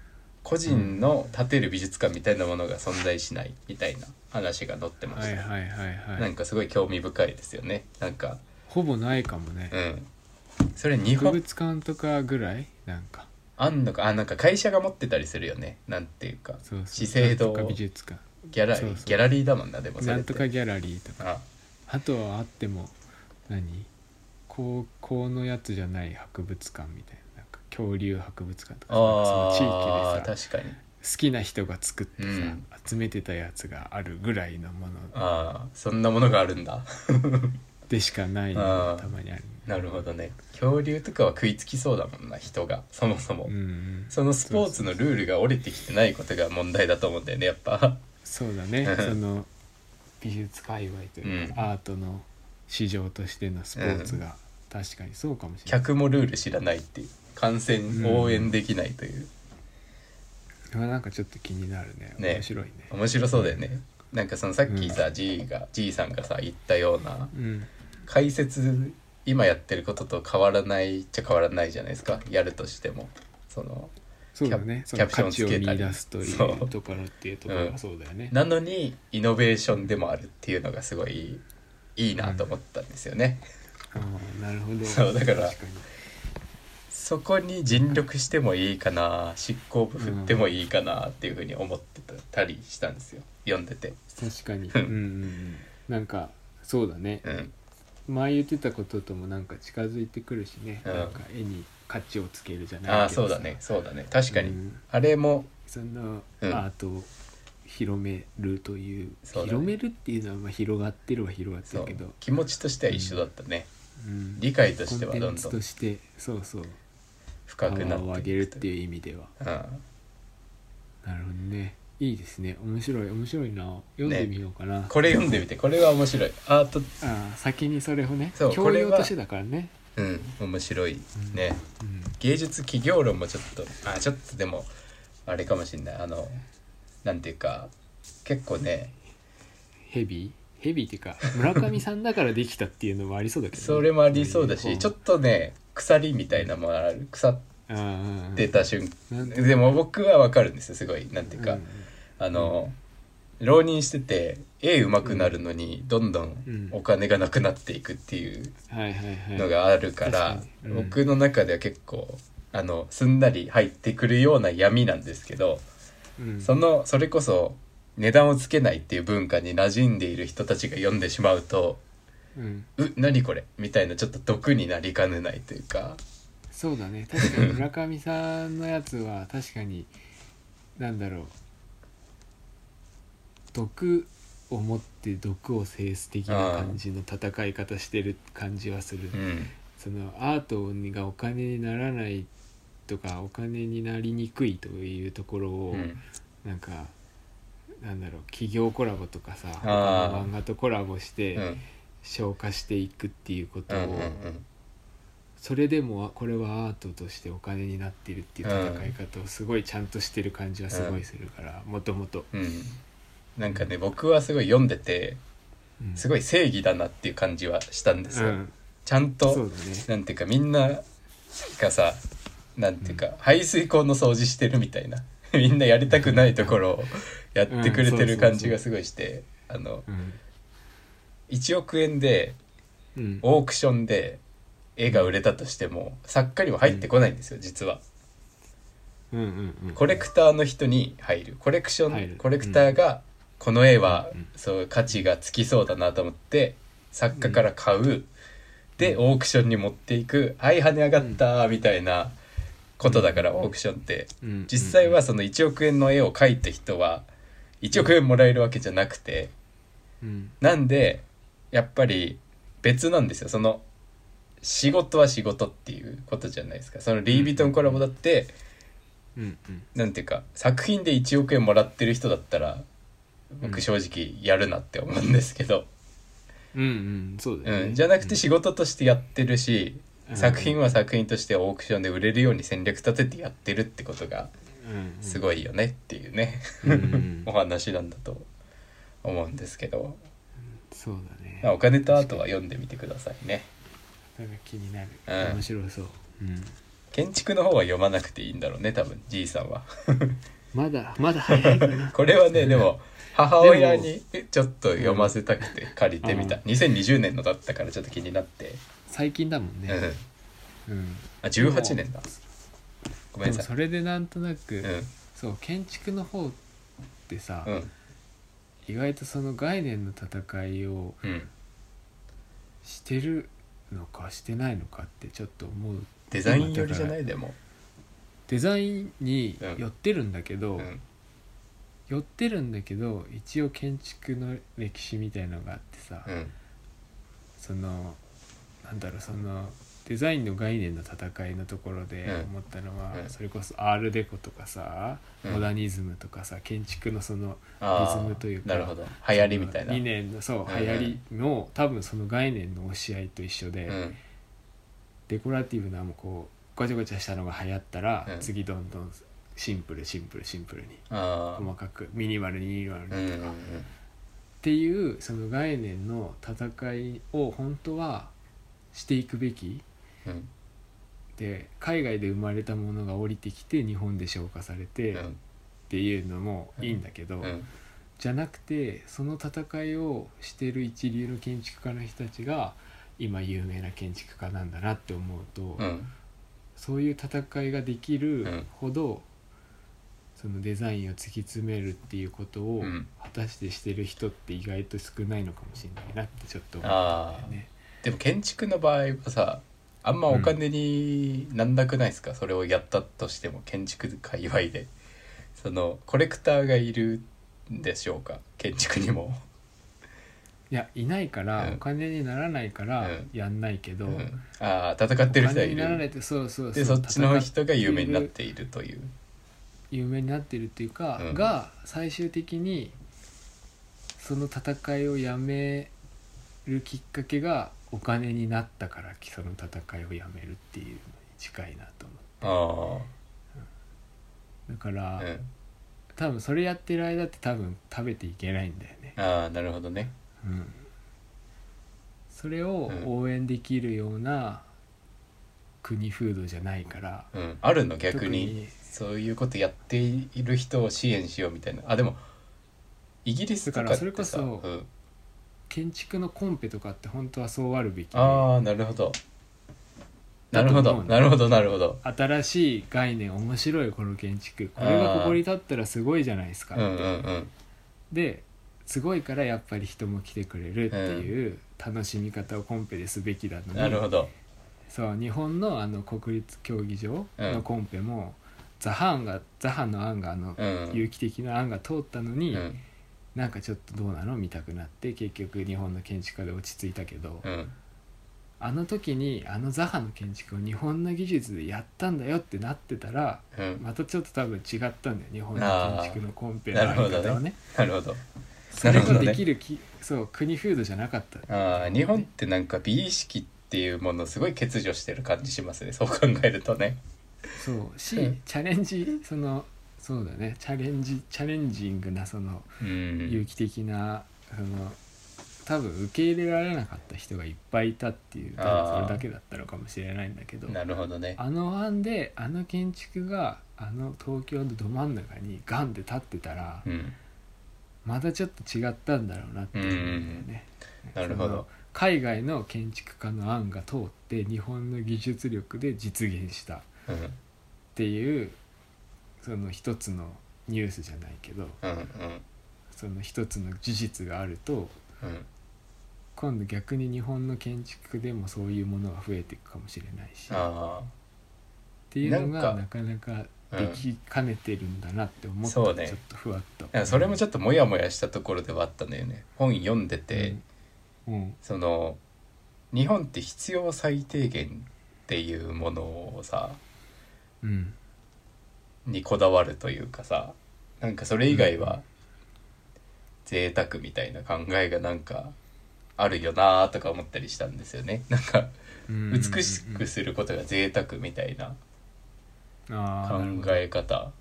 個人の建てる美術館みたいなものが存在しないみたいな話が載ってま
は
し
い
た、
はいはいは
ないんかすごい興味深いですよねなんか
ほぼないかもね
うんそれ日
博
本
物館とかぐらいなんか
あんのかあなんか会社が持ってたりするよねなんていうか
そうそう
資生堂
なんとか美術館
ギャラ
そうそう
ギャラリーだもんなでもそ
な
れっ
ん
て
とかギャラリーとか
あ
あとはあっても何高校のやつじゃない博物館みたいななんか恐竜博物館とかさなん
あ
か
ー
その地域でさ
確かに
好きな人が作ってさ、
うん
集めてたやつがあるぐらいのもの
ああそんなものがあるんだ [LAUGHS]
でしかないのが
あー
たまにある
なるほどね恐竜とかは食いつきそうだもんな人がそもそも、
うんうん
そのスポーツのルールが折れてきてないことが問題だと思うんだよねやっぱ
そうだねその美術界隈というか、
うん
アートの市場としてのスポーツが、確かにそうかもしれない
客もルール知らないっていう観戦応援できないという、
うわなんかちょっと気になるね
ね
面白いね
面白そうだよねなんかそのさっきさ、G が G さんがさ言ったような
うん
解説今やってることと変わらないっちゃ変わらないじゃないですかやるとしてもその
そうだねそ
キャ
の
プキャ
価
プション
値を
つけたり
見出すというところっていうところがそうだよね、
なのにイノベーションでもあるっていうのがすごいいいなと思ったんですよね、
ああなるほど
そうだから
確かに
そこに尽力してもいいかな執行部振ってもいいかなっていうふうに思ってたりしたんですよ読んでて
確かに、うんうんうん、なんかそうだね、
うん
前言ってたことともなんか近づいてくるしね、
うん
なんか絵に価値をつけるじゃない
ああ
けど
そう
さ
だねそうだね確かに、
うん
あれも
そのア
うん
ートを広めるという,、
そうだね
広めるっていうのはまあ広がってるは広がって
そ
る
う
けど、
気持ちとしては一緒だったね、
うん
理解としては
コ
ど
ン
ん
テン
ど
ツと
ん
してそうそうパ
深
ワ
くなっ
ーを上
て
げるって
い
いう意味では
う、うん、
なるほどねいいですね面白い面白いな読んでみようかな、
これ読んでみてこれは面白いアート
ああ先にそれをね
そう
教養
これ
と
は
してだからね、
うん面白いね、
うん、
芸術企業論もちょっとあちょっとでもあれかもしれないあのなんていうか結構ね
ヘビーヘビーっていうか村上さんだからできたっていうのもありそうだけどね、
それもありそうだ
ん
しちょっとね腐りみたいなものある腐っ
うんうんうん
てた瞬間、
なん
でも僕はわかるんですよすごいなんていうか、
うん
あの浪人してて絵うまくなるのにどんど
うん
んお金がなくなっていくっていう
はいはいはい
のがあるから
確、かにうん
僕の中では結構あのすんなり入ってくるような闇なんですけど。
うん
そのそれこそ値段をつけないっていう文化に馴染んでいる人たちが読んでしまうと
うん
「う何これ」みたいなちょっと毒になりかねないというか
そうだね確かに村上さんのやつは確かになんだろう毒を持って毒を制す的な感じの戦い方してる感じはする、
うん
そのアートがお金にならないとかお金になりにくいというところを、
うん
なんかなんだろう企業コラボとかさ他
あー
の漫画とコラボし
うんう
て
ん
消化していくっていうこと
う
を、
んうん
それでもこれはアートとしてお金になっているっていう戦い方をすごいちゃんとしてる感じはすごいするからもともと
うん、なんかね僕はすごい読んでてすご
い
い正義だなっていう感じはしたんです
う
よ、
ん
ちゃん
そ
と
うだね
なんていうかみんながさなんていうか、排水口の掃除してるみたいな [LAUGHS] みんなやりたくないところをやってくれてる感じがすごいして、あの
うん
1億円で
うん
オークションで絵が売れたとしても作家には入ってこないんですよ、実は。
うんうんうん
コレクターの人に入るコレクシ
入
ョ
る
ンコレクターがこの絵は
うん
そう価値がつきそうだなと思って作家から買うでオークションに持っていく「はい跳ね上がった」みたいなことだからオークションって
うん
実際はその1億円の絵を描いた人は1億円もらえるわけじゃなくて
うん
なんでやっぱり別なんですよその仕事は仕事っていうことじゃないですかそのリー・ヴィトンコラボだって、
うんうん
なんていうか作品で1億円もらってる人だったら
う
僕
ん
正直やるなって思うんですけど、
うんうんそうだ
う
よね
ん、じゃなくて仕事としてやってるし、作品は作品としてオークションで売れるように戦略立ててやってるってことがす
い
ごいよねっていうね、
う
[LAUGHS]
ん
お話なんだと思うんですけど、
そうだね
まあお金とアートは読んでみてくださいね
なんか気になる
うん
面白そううん
建築の方は読まなくていいんだろうね多分じいさんは
まだまだ早い
[LAUGHS]
か [LAUGHS] な
これはねでも母親にちょっと読ませたくて借りてみた
うん
2020年のだったからちょっと気になって
最近だもん
うん
ねうん
あ18年だごめ
で
ん
も
なさ
そ
い
れでなんとな
う
く
ん
そう建築の方ってさ
うん
意外とその概念の戦いを
うん
してるのかしてないのかってちょっと思う
デザイン寄りじゃないでも
デザインに
うん
寄ってるんだけ
う
ど
ん
寄ってるんだけど一応建築の歴史みたいのがあってさ
うん
そのなんだろうそのデザインの概念の戦いのところで
うん
思ったのは、
うん
それこそアールデコとかさ、
うん
モダニズムとかさ建築のその
あ
リズムという
あ
か
なるほど流行りみたいな
理念のそう、
うんうん
流行りの多分その概念の押し合いと一緒で、
うん
デコラティブなもうこうごちゃごちゃしたのが流行ったら、
うん
次どんどんシンプルシンプルシンプルに
あ
細かくミニマルにミニマルに
あうんうん
っていうその概念の戦いを本当はしていくべき
うん
で海外で生まれたものが降りてきて日本で消化されて
う
っ
ん
ていうのもいいんだけど、
うん
じゃなくてその戦いをしてる一流の建築家の人たちが今有名な建築家なんだなって思うと、
うん
そういう戦いができ
うん
るほど、そのデザインを突き詰めるっていうことを
うん
果たしてしてる人って意外と少ないのかもしれないなってちょっと思ったんだ
あ
よ
あ
ね。
でも建築の場合はさあんまお金になんなくないですか、それをやったとしても建築界隈でそのコレクターがいるんでしょうか建築にも、
いやいないから、
うん
お金にならないから
うん
やんないけど、
うんああ戦ってる人はい
お金にならない
る
ってそうそう
でそっちの人が有名になっ
る
ているという
有名になってるっていうか、
うん
が最終的にその戦いをやめるきっかけがお金になったからその戦いをやめるっていうのに近いなと
あ
思うだから、
あ、うん、
多分それやってる間って多分食べていけないんだよね、
ああなるほどね
うん、それを応援できるような国風土じゃないから、
うんあるの逆に
特に
そういうことやっている人を支援しようみたいなあでもイギリスとかってさ
だからそれこそ
うん、
建築のコンペとかって本当はそうあるべきで
ああなるほどなるほ
だと
ど
思うの
なるほどなるほど
新しい概念面白いこの建築これがここに立ったらすごいじゃないですか
うんうんうん
ですごいからやっぱり人も来てくれるっていう楽しみ方をコンペですべきだのに
なるほど。
そう日本のあの国立競技場
うん
のコンペも、ザハンがザハンの案があの、
うん。
有機的な案が通ったのに、
うん。
なんかちょっとどうなの見たくなって結局日本の建築家で落ち着いたけど、
うん。
あの時にあのザハの建築を日本の技術でやったんだよってなってたら
うん。
またちょっと多分違ったんだよ日本の建築のコンペの
あー
あり
な
方
るほ
は
ど
ね
なるほど。
そ
な
れ
るほ
が
どね
できるきそう国風土じゃなかった
ああ、日本ってなんか美意識ってっていうものすごい欠如してる感じしますねそう考えるとね
そうし、
うん
チャレンジそのそうだねチャレンジチャレンジングなその
う
有
ん
機的な、その多分受け入れられなかった人がいっぱいいたっていう多分それだけだったのかもしれないんだけど
なるほどね
あの案であの建築があの東京のど真ん中にガンで立ってたら、
うん
またちょっと違ったんだろうなって思うんだよね。
うんなるほど
その海外の建築家の案が通って日本の技術力で実現したっ
うん
ていうその一つのニュースじゃないけど
うんうん
その一つの事実があると
うん
今度逆に日本の建築でもそういうものが増えていくかもしれないしっ
あ
ていうの
な
が
ん
なかなか
あ、う
で
ん、
きかねてるんだなって思った
そう
ちょ
ね
っとふわっと、
なんかそれもちょっとモヤモヤしたところではあったんだよね本読んでて、
うん、うん
その日本って必要最低限っていうものをさ
うん
にこだわるというかさなんかそれ以外は贅沢みたいな考えがなんかあるよなーとか思ったりしたんですよね [LAUGHS] なんか
うん
美しくすることが贅沢みたいな考え方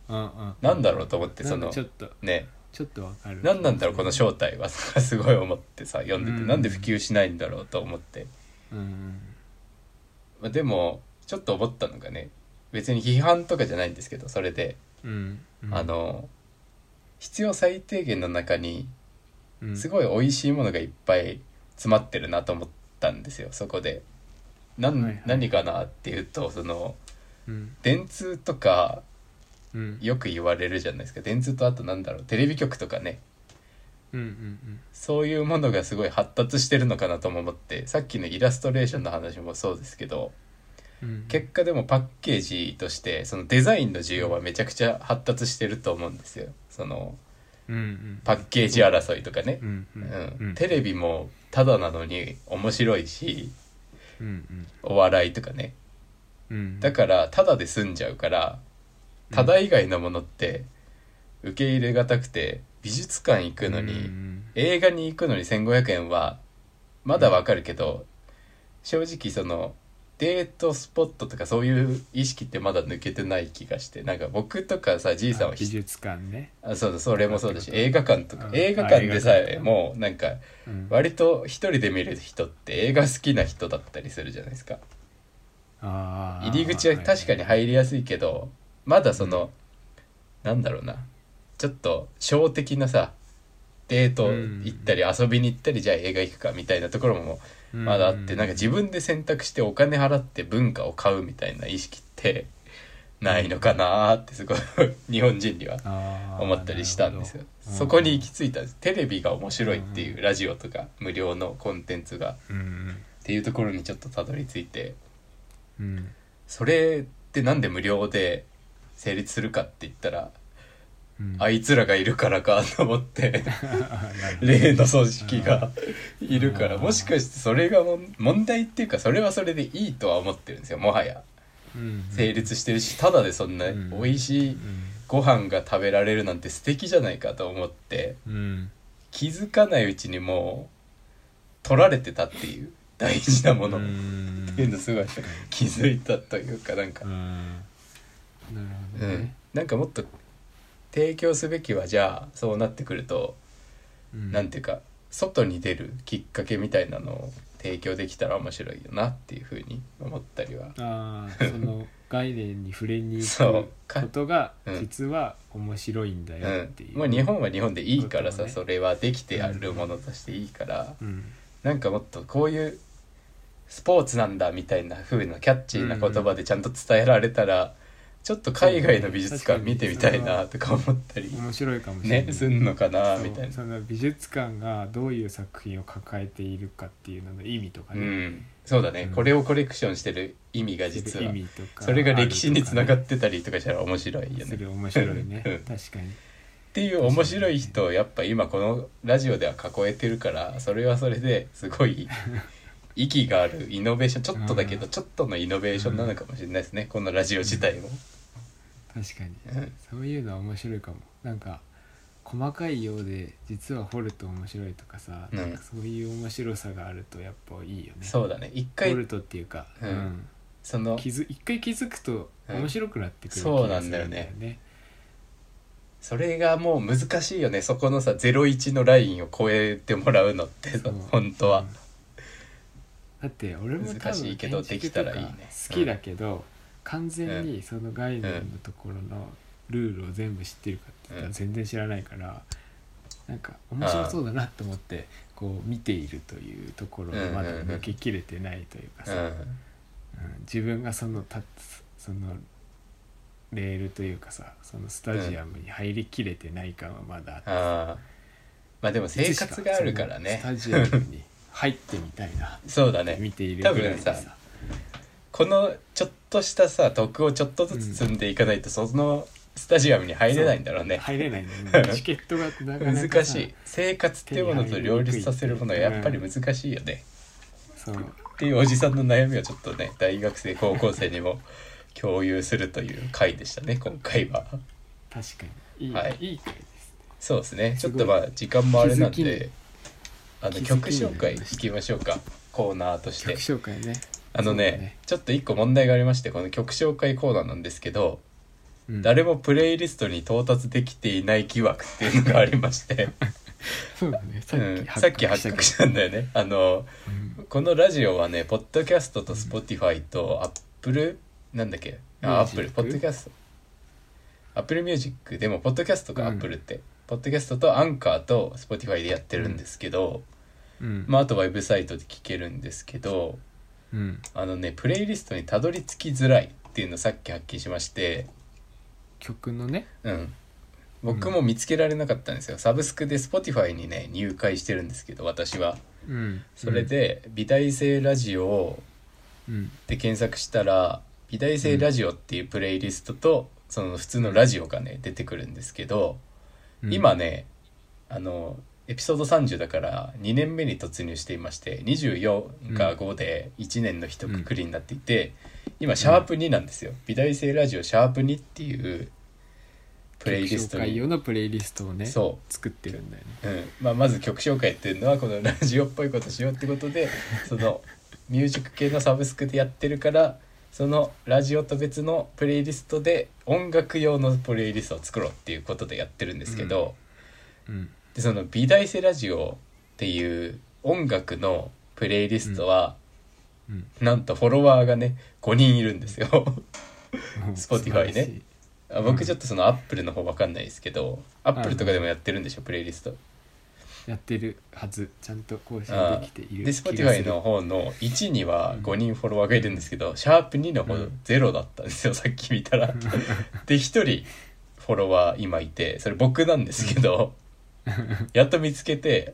なんだろうと思ってそ
なん
の
かちょっと
ね
ちょっとわかる
何なんだろうこの正体は [LAUGHS] すごい思ってさ読んでて
うん
なんで普及しないんだろうと思って
うん
まあでもちょっと思ったのがね別に批判とかじゃないんですけどそれで
うん
あの必要最低限の中にす
い
ごい美味しいものがいっぱい詰まってるなと思ったんですよそこで。なん
はいはい
何かなっていうとその電通とかよく言われるじゃないですか電通とあとなんだろうテレビ局とかねそういうものがすごい発達してるのかなとも思ってさっきのイラストレーションの話もそうですけど結果でもパッケージとしてそのデザインの需要はめちゃくちゃ発達してると思うんですよそのパッケージ争いとかね、うんテレビもただなのに面白いしお笑いとかねだからただで済んじゃうからただ以外のものって受け入れがたくて美術館行くのに映画に行くのに1500円はまだわかるけど正直そのデートスポットとかそういう意識ってまだ抜けてない気がしてなんか僕とかさじいさんは
美
ひ
術館ね
あそうだそれもそうだし
あ
映画館とか
うん
映画館でさ
あ映画
え
館
もうなんか割と一人で見る人って映画好きな人だったりするじゃないですか入り口は確かに入りやすいけどまだそのなんだろうなちょっと小的なさデート行ったり遊びに行ったりじゃあ映画行くかみたいなところもまだあってなんか自分で選択してお金払って文化を買うみたいな意識ってないのかなーってすごい [LAUGHS] 日本人には思ったりしたんですよそこに行き着いたんですテレビが面白いっていうラジオとか無料のコンテンツがっていうところにちょっとたどり着いてそれってなんで無料で成立するかって言ったらあいつらがいるからかと思って [LAUGHS] 例の組織がいるから
あー
もしかしてそれがもん問題っていうかそれはそれでいいとは思ってるんですよもはや成立してるしただでそんな
うん
美味しいご飯が食べられるなんて素敵じゃないかと思って気づかないうちにもう取られてたっていう大事なものっていうのすごい気づいたというかなんか
なるほ
う
ど
ん
ね、
なんかもっと提供すべきはじゃあそうなってくるとなんていうか外に出るきっかけみたいなのを提供できたら面白いよなっていうふうに思ったりは
ああその概念に触れに
そ
行
う
く
か
ことが
うん
実は面白いんだよっていうう、
ん、もう日本は日本でいいからさ、
そうだね
それはできてあるものとしていいから、
うん
なんかもっとこういうスポーツなんだみたいな風なキャッチーな言葉でちゃんと伝えられたら、ちょっと海外の美術館見てみたいなとか思ったり
面白いかもしれない、
ねすんのかなみたい
そ
な。
うその美術館がどういう作品を抱えているかっていうのの意味とか
う
ね、
ん、そうだね、
うん
これをコレクションしてる意味が実
意
は
味とか
それが歴史につなが
っ
ってたりとかしたら面白いよね
す
っ
る面白いね
うん
確かに
ていう面白い人をやっぱ今このラジオでは囲えてるからそれはそれですごい息があるイノベーションちょっとだけど
うん
ちょっとのイノベーションなのかもしれないですねこのラジオ自体も。
確かに
うん
そういうのは面白いかもなんか細かいようで実は掘ると面白いとかさ、
うん
なんかそういう面白さがあるとやっぱいいよね
そうだね一
掘
回
るとっていうか、
うん
うん
その
気づ一回気づくと面白くなってくる気
うんそうな
が
ん
す
だ
る
よ
んだよ
ね
ね。
それがもう難しいよねそこのさ01のラインを超えてもらうのって
そう
本当は
うんだって俺も多
難しい
分
けど
建
でき
築
た
と
ら
か
いいね
好きだけど、完全にその概念のところのルールを全部知ってるかって言った
う
ら
ん
全然知らないから、なんか面白そうだなと思ってこう見ているというところをまだ抜けきれてないというか
う
さ、
ん
うん自分がその立つそのレールというかさそのスタジアムに入りきれてない感はまだあって
あーまあでも生活があるからね
いつしかそのスタジアムに入ってみたいな
そうだね
見ているぐらいで
多分
さ
このちょっとしたさ徳をちょっとずつ積んでいかないと、そのスタジアムに入れないんだろうね
入れないんだよねチケットがなかなか
難
さ
しい生活ってものと両立させるものはやっぱり難しいよね、
そう
っていうおじさんの悩みをちょっとね大学生高校生にも共有するという回でしたね今回は
確かにいい,、
はい
い、い回です
そうですねち
す
ょっ
ごい
とまあ時間もあれなん
気づき
で
に
あの
気づきに
曲紹
な
介
り
い
ました
きましょうかコーナーとし
曲
て
紹介ね
あの
そうだ
ね
ね
ちょっと一個問題がありましてこの曲紹介コーナーなんですけど
うん
誰もプレイリストに到達できていない疑惑っていうのがありまして、
そうだねさ
う
っ
ん
き、
さっき発覚したんだよねあの
うん
このラジオはねポッドキャストと Spotify と Apple なんだっけあ
ミュージ
Apple
ック
ポッドキャスト Apple ミュージックでもポッドキャストか
うん
Apple って、ポッドキャストとアンカーと Spotify でやってるんですけど、
うん
まあ、あとはウェブサイトで聞けるんですけど
うん
あのねプレイリストにたどり着きづらいっていうのをさっき発見しまして
曲のね
うん僕も見つけられなかったんですよ、サブスクで Spotify にね入会してるんですけど私は
うん
それ、で美大生ラジオを
うん
で検索したら「美大生ラジオ」っていうプレイリストと、その普通のラジオがね出てくるんですけど、
うん
今ねあのエピソード30だから2年目に突入していまして24か5で1年の一括りになっていて、今シャープ2なんですよ。美大生ラジオシャープ2っていうプレイリスト
曲紹介
に、
用のプレイリストをね
そ
作ってるんだよね
う、うんまあ、まず曲紹介っていうのはこのラジオっぽいことしようってことでそのミュージック系のサブスクでやってるからそのラジオと別のプレイリストで音楽用のプレイリストを作ろうっていうことでやってるんですけど。
うん
でその美大生ラジオっていう音楽のプレイリストは、
うん
なんとフォロワーがね5人いるんですよ Spotify ね
素晴らしい
あ僕ちょっとそのアップルの方わかんないですけどアップルとかでもやってるんでしょプレイリスト
やってるはずちゃんと更新
あ
できてい
ー
る
で
気がす
Spotify
る
の方の1には5人フォロワーがいるんですけど、シャープ2の方
うん
0だったんですよ、さっき見たらで1人フォロワー今いてそれ僕なんですけど、やっと見つけて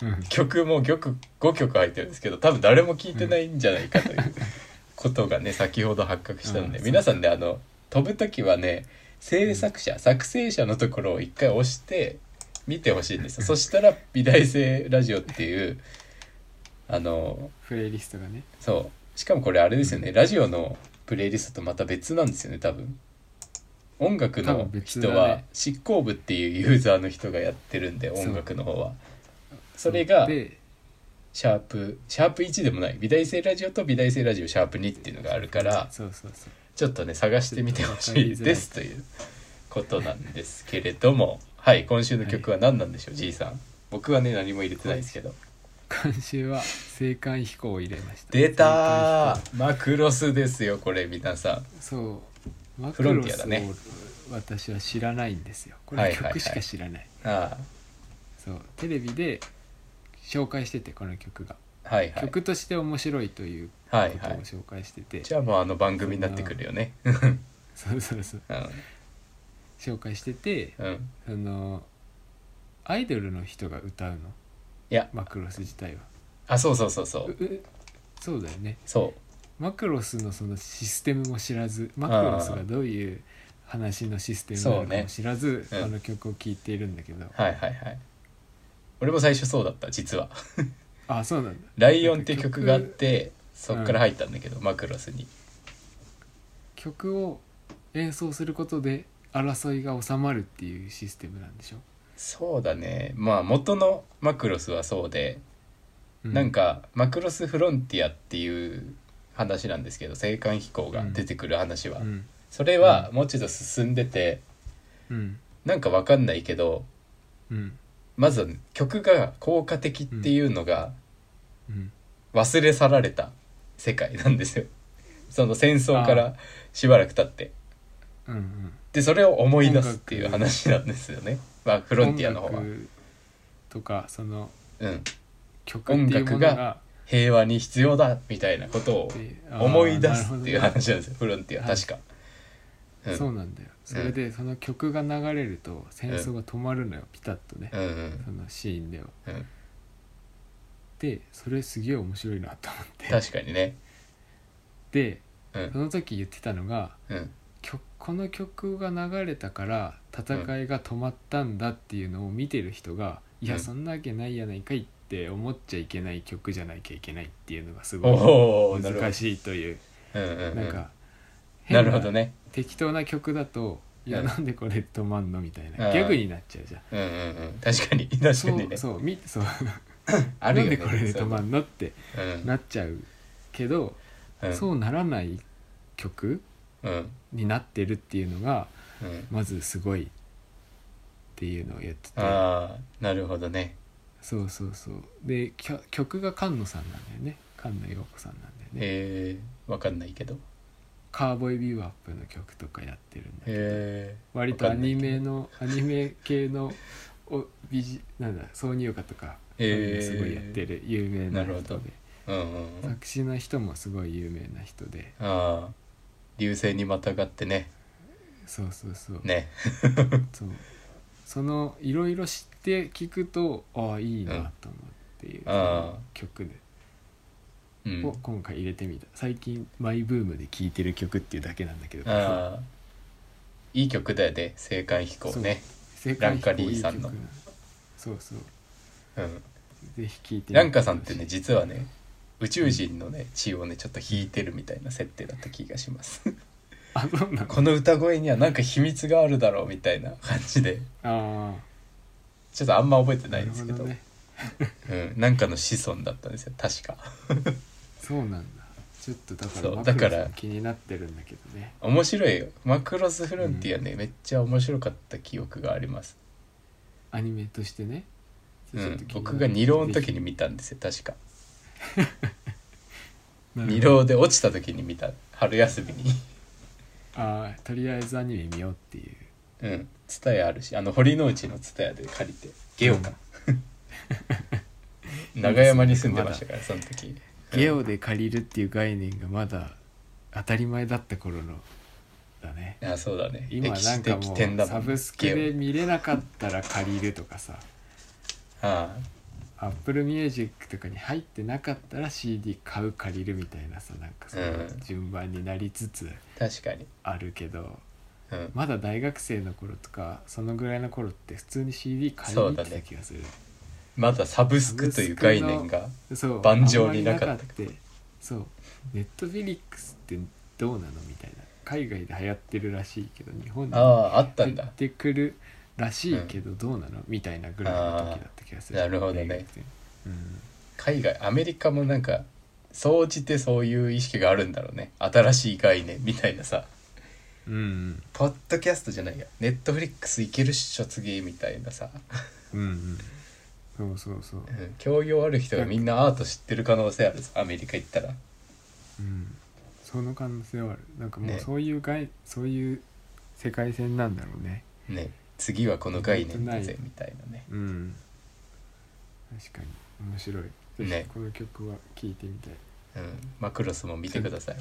うん
曲も曲5曲入ってるんですけど多分誰も聞いてないんじゃないかということがね先ほど発覚したので
うん
皆さんねあの飛ぶ時はね制作者作成者のところを一回押して見てほしいんですよそしたら「美大生ラジオ」っていうあの
プレイリストがね
そうしかもこれあれですよねラジオのプレイリストとまた別なんですよね多分音楽
多
の
分別だ
人
ね
は執行部っていうユーザーの人がやってるんで
そう
音楽の方はそれが
で
シャープシャープ1でもない美大生ラジオと美大生ラジオシャープ2っていうのがあるから
そうそうそう
ちょっとね探してみてほしいですということなんですけれどもはい今週の曲は何なんでしょう、じいさん僕はね何も入れてないですけど
今週は青函飛行を入れました
出た
青函飛
ーマクロスですよこれ皆さん
行そうマ
フ
ク
ロン
ロ
ティア
ス
だ
を、
ね
私は知らないんですよこ
はい
れ
はいはい
曲しか知らない,、
あ
そうテレビで紹介しててこの曲が、
あはいはい
曲として面白いというこ
はい
と
はい
を紹介してて、
じゃあもうあの番組になってくるよね
そうそうそう
う
紹介してて
ん、うん、
そのアイドルの人が歌うの
いや
マクロス自体は
あそうそうそうそう
ううそうだよね
そ
マクロスのそのシステムも知らずマクロスがどういう話のシステムなのかも知らず、
そうねうん
あの曲を聴いているんだけど、
うはいはいはい俺も最初そうだった実は
あそうなんだ
「ライオン」っていう曲があってそっから入ったんだけど、マクロスに
曲を演奏することで争いが収まるっていうシステムなんでしょ
そうだねまあ元のマクロスはそうで、
う
なんかマクロスフロンティアっていう話なんですけど青函飛行が出てくる話は、
うん
それはもうちょっと進んでて
うん
なんかわかんないけど
うん
まず曲が効果的っていうのが
うん
忘れ去られた世界なんですよ。その戦争か
あ
らしばらく経って。
うん
で、それを思い出すっていう話なんですよね。まあ、フロンティアの方は
音。楽とかその
うん。
曲っていうもの
音楽が平和に必要だみたいなことを
であー
思い出すっていう
なるほどね
話なんですよ。フロンティア、
はい
確か。うん
そうなんだよそれでその曲が流れると戦争が止まるのよピタッとね
うんうん
そのシーンでは
うん。
でそれすげえ面白いなと思って
確かにね。
で
う
そ
ん。
の時言ってたのが
うん。
曲この曲が流れたから戦いが止まったんだっていうのを見てる人が、いうや
ん
そんなわけないやないかいって思っちゃいけない曲じゃなきゃいけないっていうのがすご
おお
い
なるほど
難。しいという
うんうん
な
うんん。
か
な
変
るほどね。
適当な曲だといや
うん
なんでこれ止まんのみたい
あ
な
ー
ギャグになっちゃうじゃん。
うんうんうん。確かに。確かに [LAUGHS] ね。
[LAUGHS] そうそうみそう
あるよね。
なんでこれで止まんのって
そういうの
なっちゃうけど、
うん。うん
そうならない曲
うん。
になってるっていうのが
うん。
まずすごいっていうのをやってて
ああなるほどね
そうそうそうできょ曲が菅野さんなんだよね菅野陽子さんなんだよね、
えー、わかんないけど
カーボーイビューアップの曲とかやってるんだけど、
えー、
割とアニメ
わ
のアニメ系のおビジなんだ挿入歌とか、
へー
すごいやってる有名
な
な
る
人
ほかんな
で
いうんうんうん
作詞の人もすごい有名な人で
ああ流星にまたがってね
そうそうそう
ね
そうそのいろいろ知って聞くとああいいなと思うっていう、
うんああ
曲で、
うん
を今回入れてみた最近マイブームで聴いてる曲っていうだけなんだけど
ああいい曲だよね青函飛行ね
世
ランカリーさんの
そうそう
うん
ぜひ聴いてみて
ランカさんってね実はね宇宙人のね血をねちょっと引いてるみたいな設定だった気がします
[LAUGHS] あそうなの
この歌声にはなんか秘密があるだろうみたいな感じで
あ
ちょっとあんま覚えて
あ
ないんですけど
るほね
うん、なんかの子孫だったんですよ確か
そうなんだちょっとだから
そう
マクロス
だから
も気になってるんだけどね
面白いよマクロスフロンティアね、めっちゃ面白かった記憶があります、
アニメとしてね
う
ちょっ
ん
と、気になる
僕が二浪の時に見たんですよ確か
なるほど
二浪で落ちた時に見た春休みに
ああとりあえずアニメ見ようっていう
うん蔦屋あるしあの堀之内の蔦屋で借りてゲオか、長山に住んでましたからその時
ゲオで借りるっていう概念がまだ当たり前だった頃のだね
あそうだね
今
歴
なん
史
か
的
も
点だ
う
も
サ
ん
ブスクで
ゲ
見れなかったら借りるとかさ
オあ
Apple Music とかに入ってなかったら CD 買う借りるみたいなさなんかその
うん
順番になりつつ
あ確かに
あるけど
うん
まだ大学生の頃とかそのぐらいの頃って普通に CD 借りに行ってた気がする
まだサブスクという概念が
そう
盤上になかった
あんまりなてそうネットフィリックスってどうなのみたいな海外で流行ってるらしいけど日本で
あ
も
ああった
入
ん
っ
だ
てくるらしいけどどうなの、みたいなぐらいの時だった気がする
あーなるほどね
うん
海外アメリカもなんか総じてそういう意識があるんだろうね新しい概念みたいなさ
うん
ポッドキャストじゃないやネットフリックスいけるっしょ次みたいなさ、
うんうんそうそうそう
う、ん、教養ある人がみんなアート知ってる可能性あるぞアメリカ行ったら
うん、その可能性はあるなんかもう
ね
そういう概、そういう世界線なんだろうね
ね次はこの概念だ
本当な
ぜ
い
みたいなね
うん確かに面白いぜひ
ね
この曲は聴いてみたい、
うんマクロスも見てください、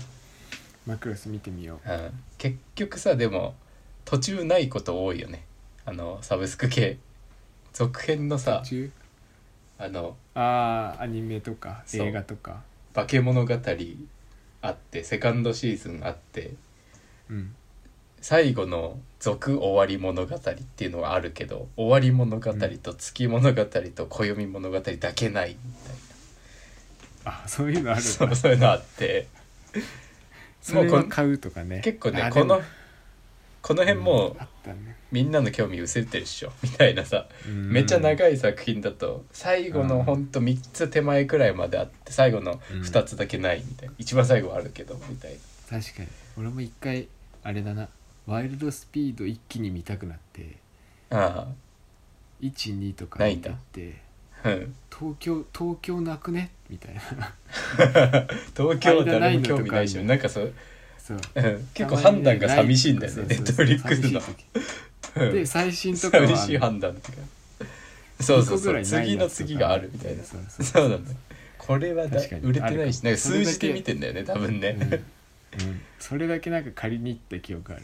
マクロス見てみよう
うん、結局さでも途中ないこと多いよねあのサブスク系続編のさ
途中
あの
ああアニメとか
そう
映画とか
化け物語あってセカンドシーズンあって
うん
最後の「続終わり物語」っていうのはあるけど「終わり物語」と「月物語」と「暦物語」だけないみたい
あそういうの
な
ある
そうそういうのあって
それ
もう
は
こん
買うとかね
結構ね
あ
こ
で
の
も
この辺もう
あったね、
みんなの興味薄れてるっしょ [LAUGHS] みたいなさ
うん
めっちゃ長い作品だと最後のほんと3つ手前くらいまであって最後の
うん
2つだけないみたいな一番最後はあるけどみたいな
確かに俺も一回あれだなワイルドスピード一気に見たくなって
あ
12とか
ない
見
ん
て
だ
って
あうん
東京東京なくねみたいな
東京は誰も興味な
間ないいのとかいい
し
ね
なんかそう
そう
うん結構判断が寂しいんだよね
そう
ネ
そう
ットフリックスの
寂しい時
うん
で最新とかは
寂しい判断とかそうそうそう次の次があるみたいな
そ
そうう
そう
なんだよこれはだ
確かに
売れてないし
あ
なんか
るかも
数字で見てんだよね多分
うんう
ね、
んそれだけなんか借りに行った記憶ある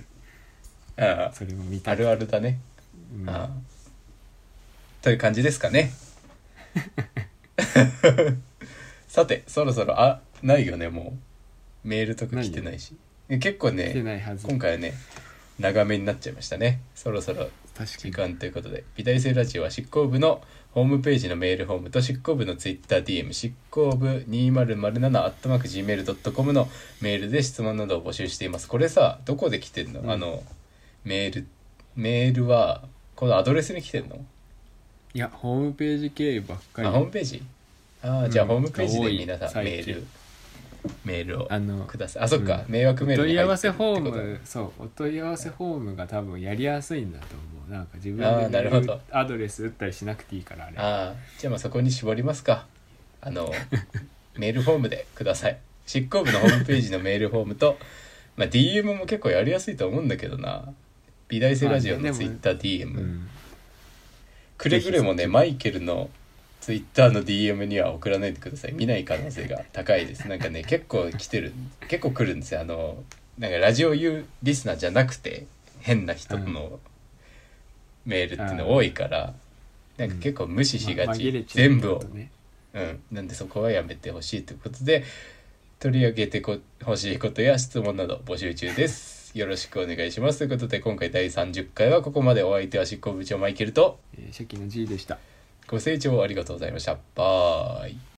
ああ
それも見た
あるあるだね、
うん
ああという感じですか
[LAUGHS]
ねさてそろそろあないよねもうメールとか来てないし結構
来て
ね
ないはず
今回はね長めになっちゃいましたねそろそろ時
確かに
間ということで、ビタリセラジオは執行部のホームページのメールフォームと執行部のツイッター DM、執行部 2007-gmail.com のメールで質問などを募集しています。これさ、どこで来てんの、
うん
あの、メール、メールは、このアドレスに来てんの、
いやホームページ経由ばっかり
あ、ホームページああ、じゃあ
うん
ホームページ
が多
で
い
皆さん
最
メ
近
ール、メールを
あの
ください。あ、そっか、
うん
迷惑メール
お問
に
い合
入
わ
って
せ
るっ
フ
てこ
ォ
と
ームそうお問い合わせフォームが多分やりやすいんだと思うなんか自分
あー
で
な
メ
るほ
ー
ど
ルアドレス打ったりしなくていいからあれ
ああじゃあまあそこに絞りますかあ
[LAUGHS]
のメールフォームでください執行部のホームページのメールフォームと、まあ、DM も結構やりやすいと思うんだけどな美大生ラジオ
まあ
の
ねでも
TwitterDM、
うん
くれぐれもねマイケルの Twitter の DM には送らないでください見ない可能性
[LAUGHS]
が高いですなんかね結構来てる結構来るんですよあのなんかラジオユーリスナーじゃなくて変な人のメールっていうの多いから、
ん
なんか結構無視しが
ま
ち、
紛れちゃう
全部を
ちょっとね
うん、なんでそこはやめてほしいということで取り上げてほしいことや質問など募集中です。よろしくお願いします。ということで今回第30回はここまでお相手は執行部長マイケルと
えー初期の G でした
ご清聴ありがとうございました。バイ。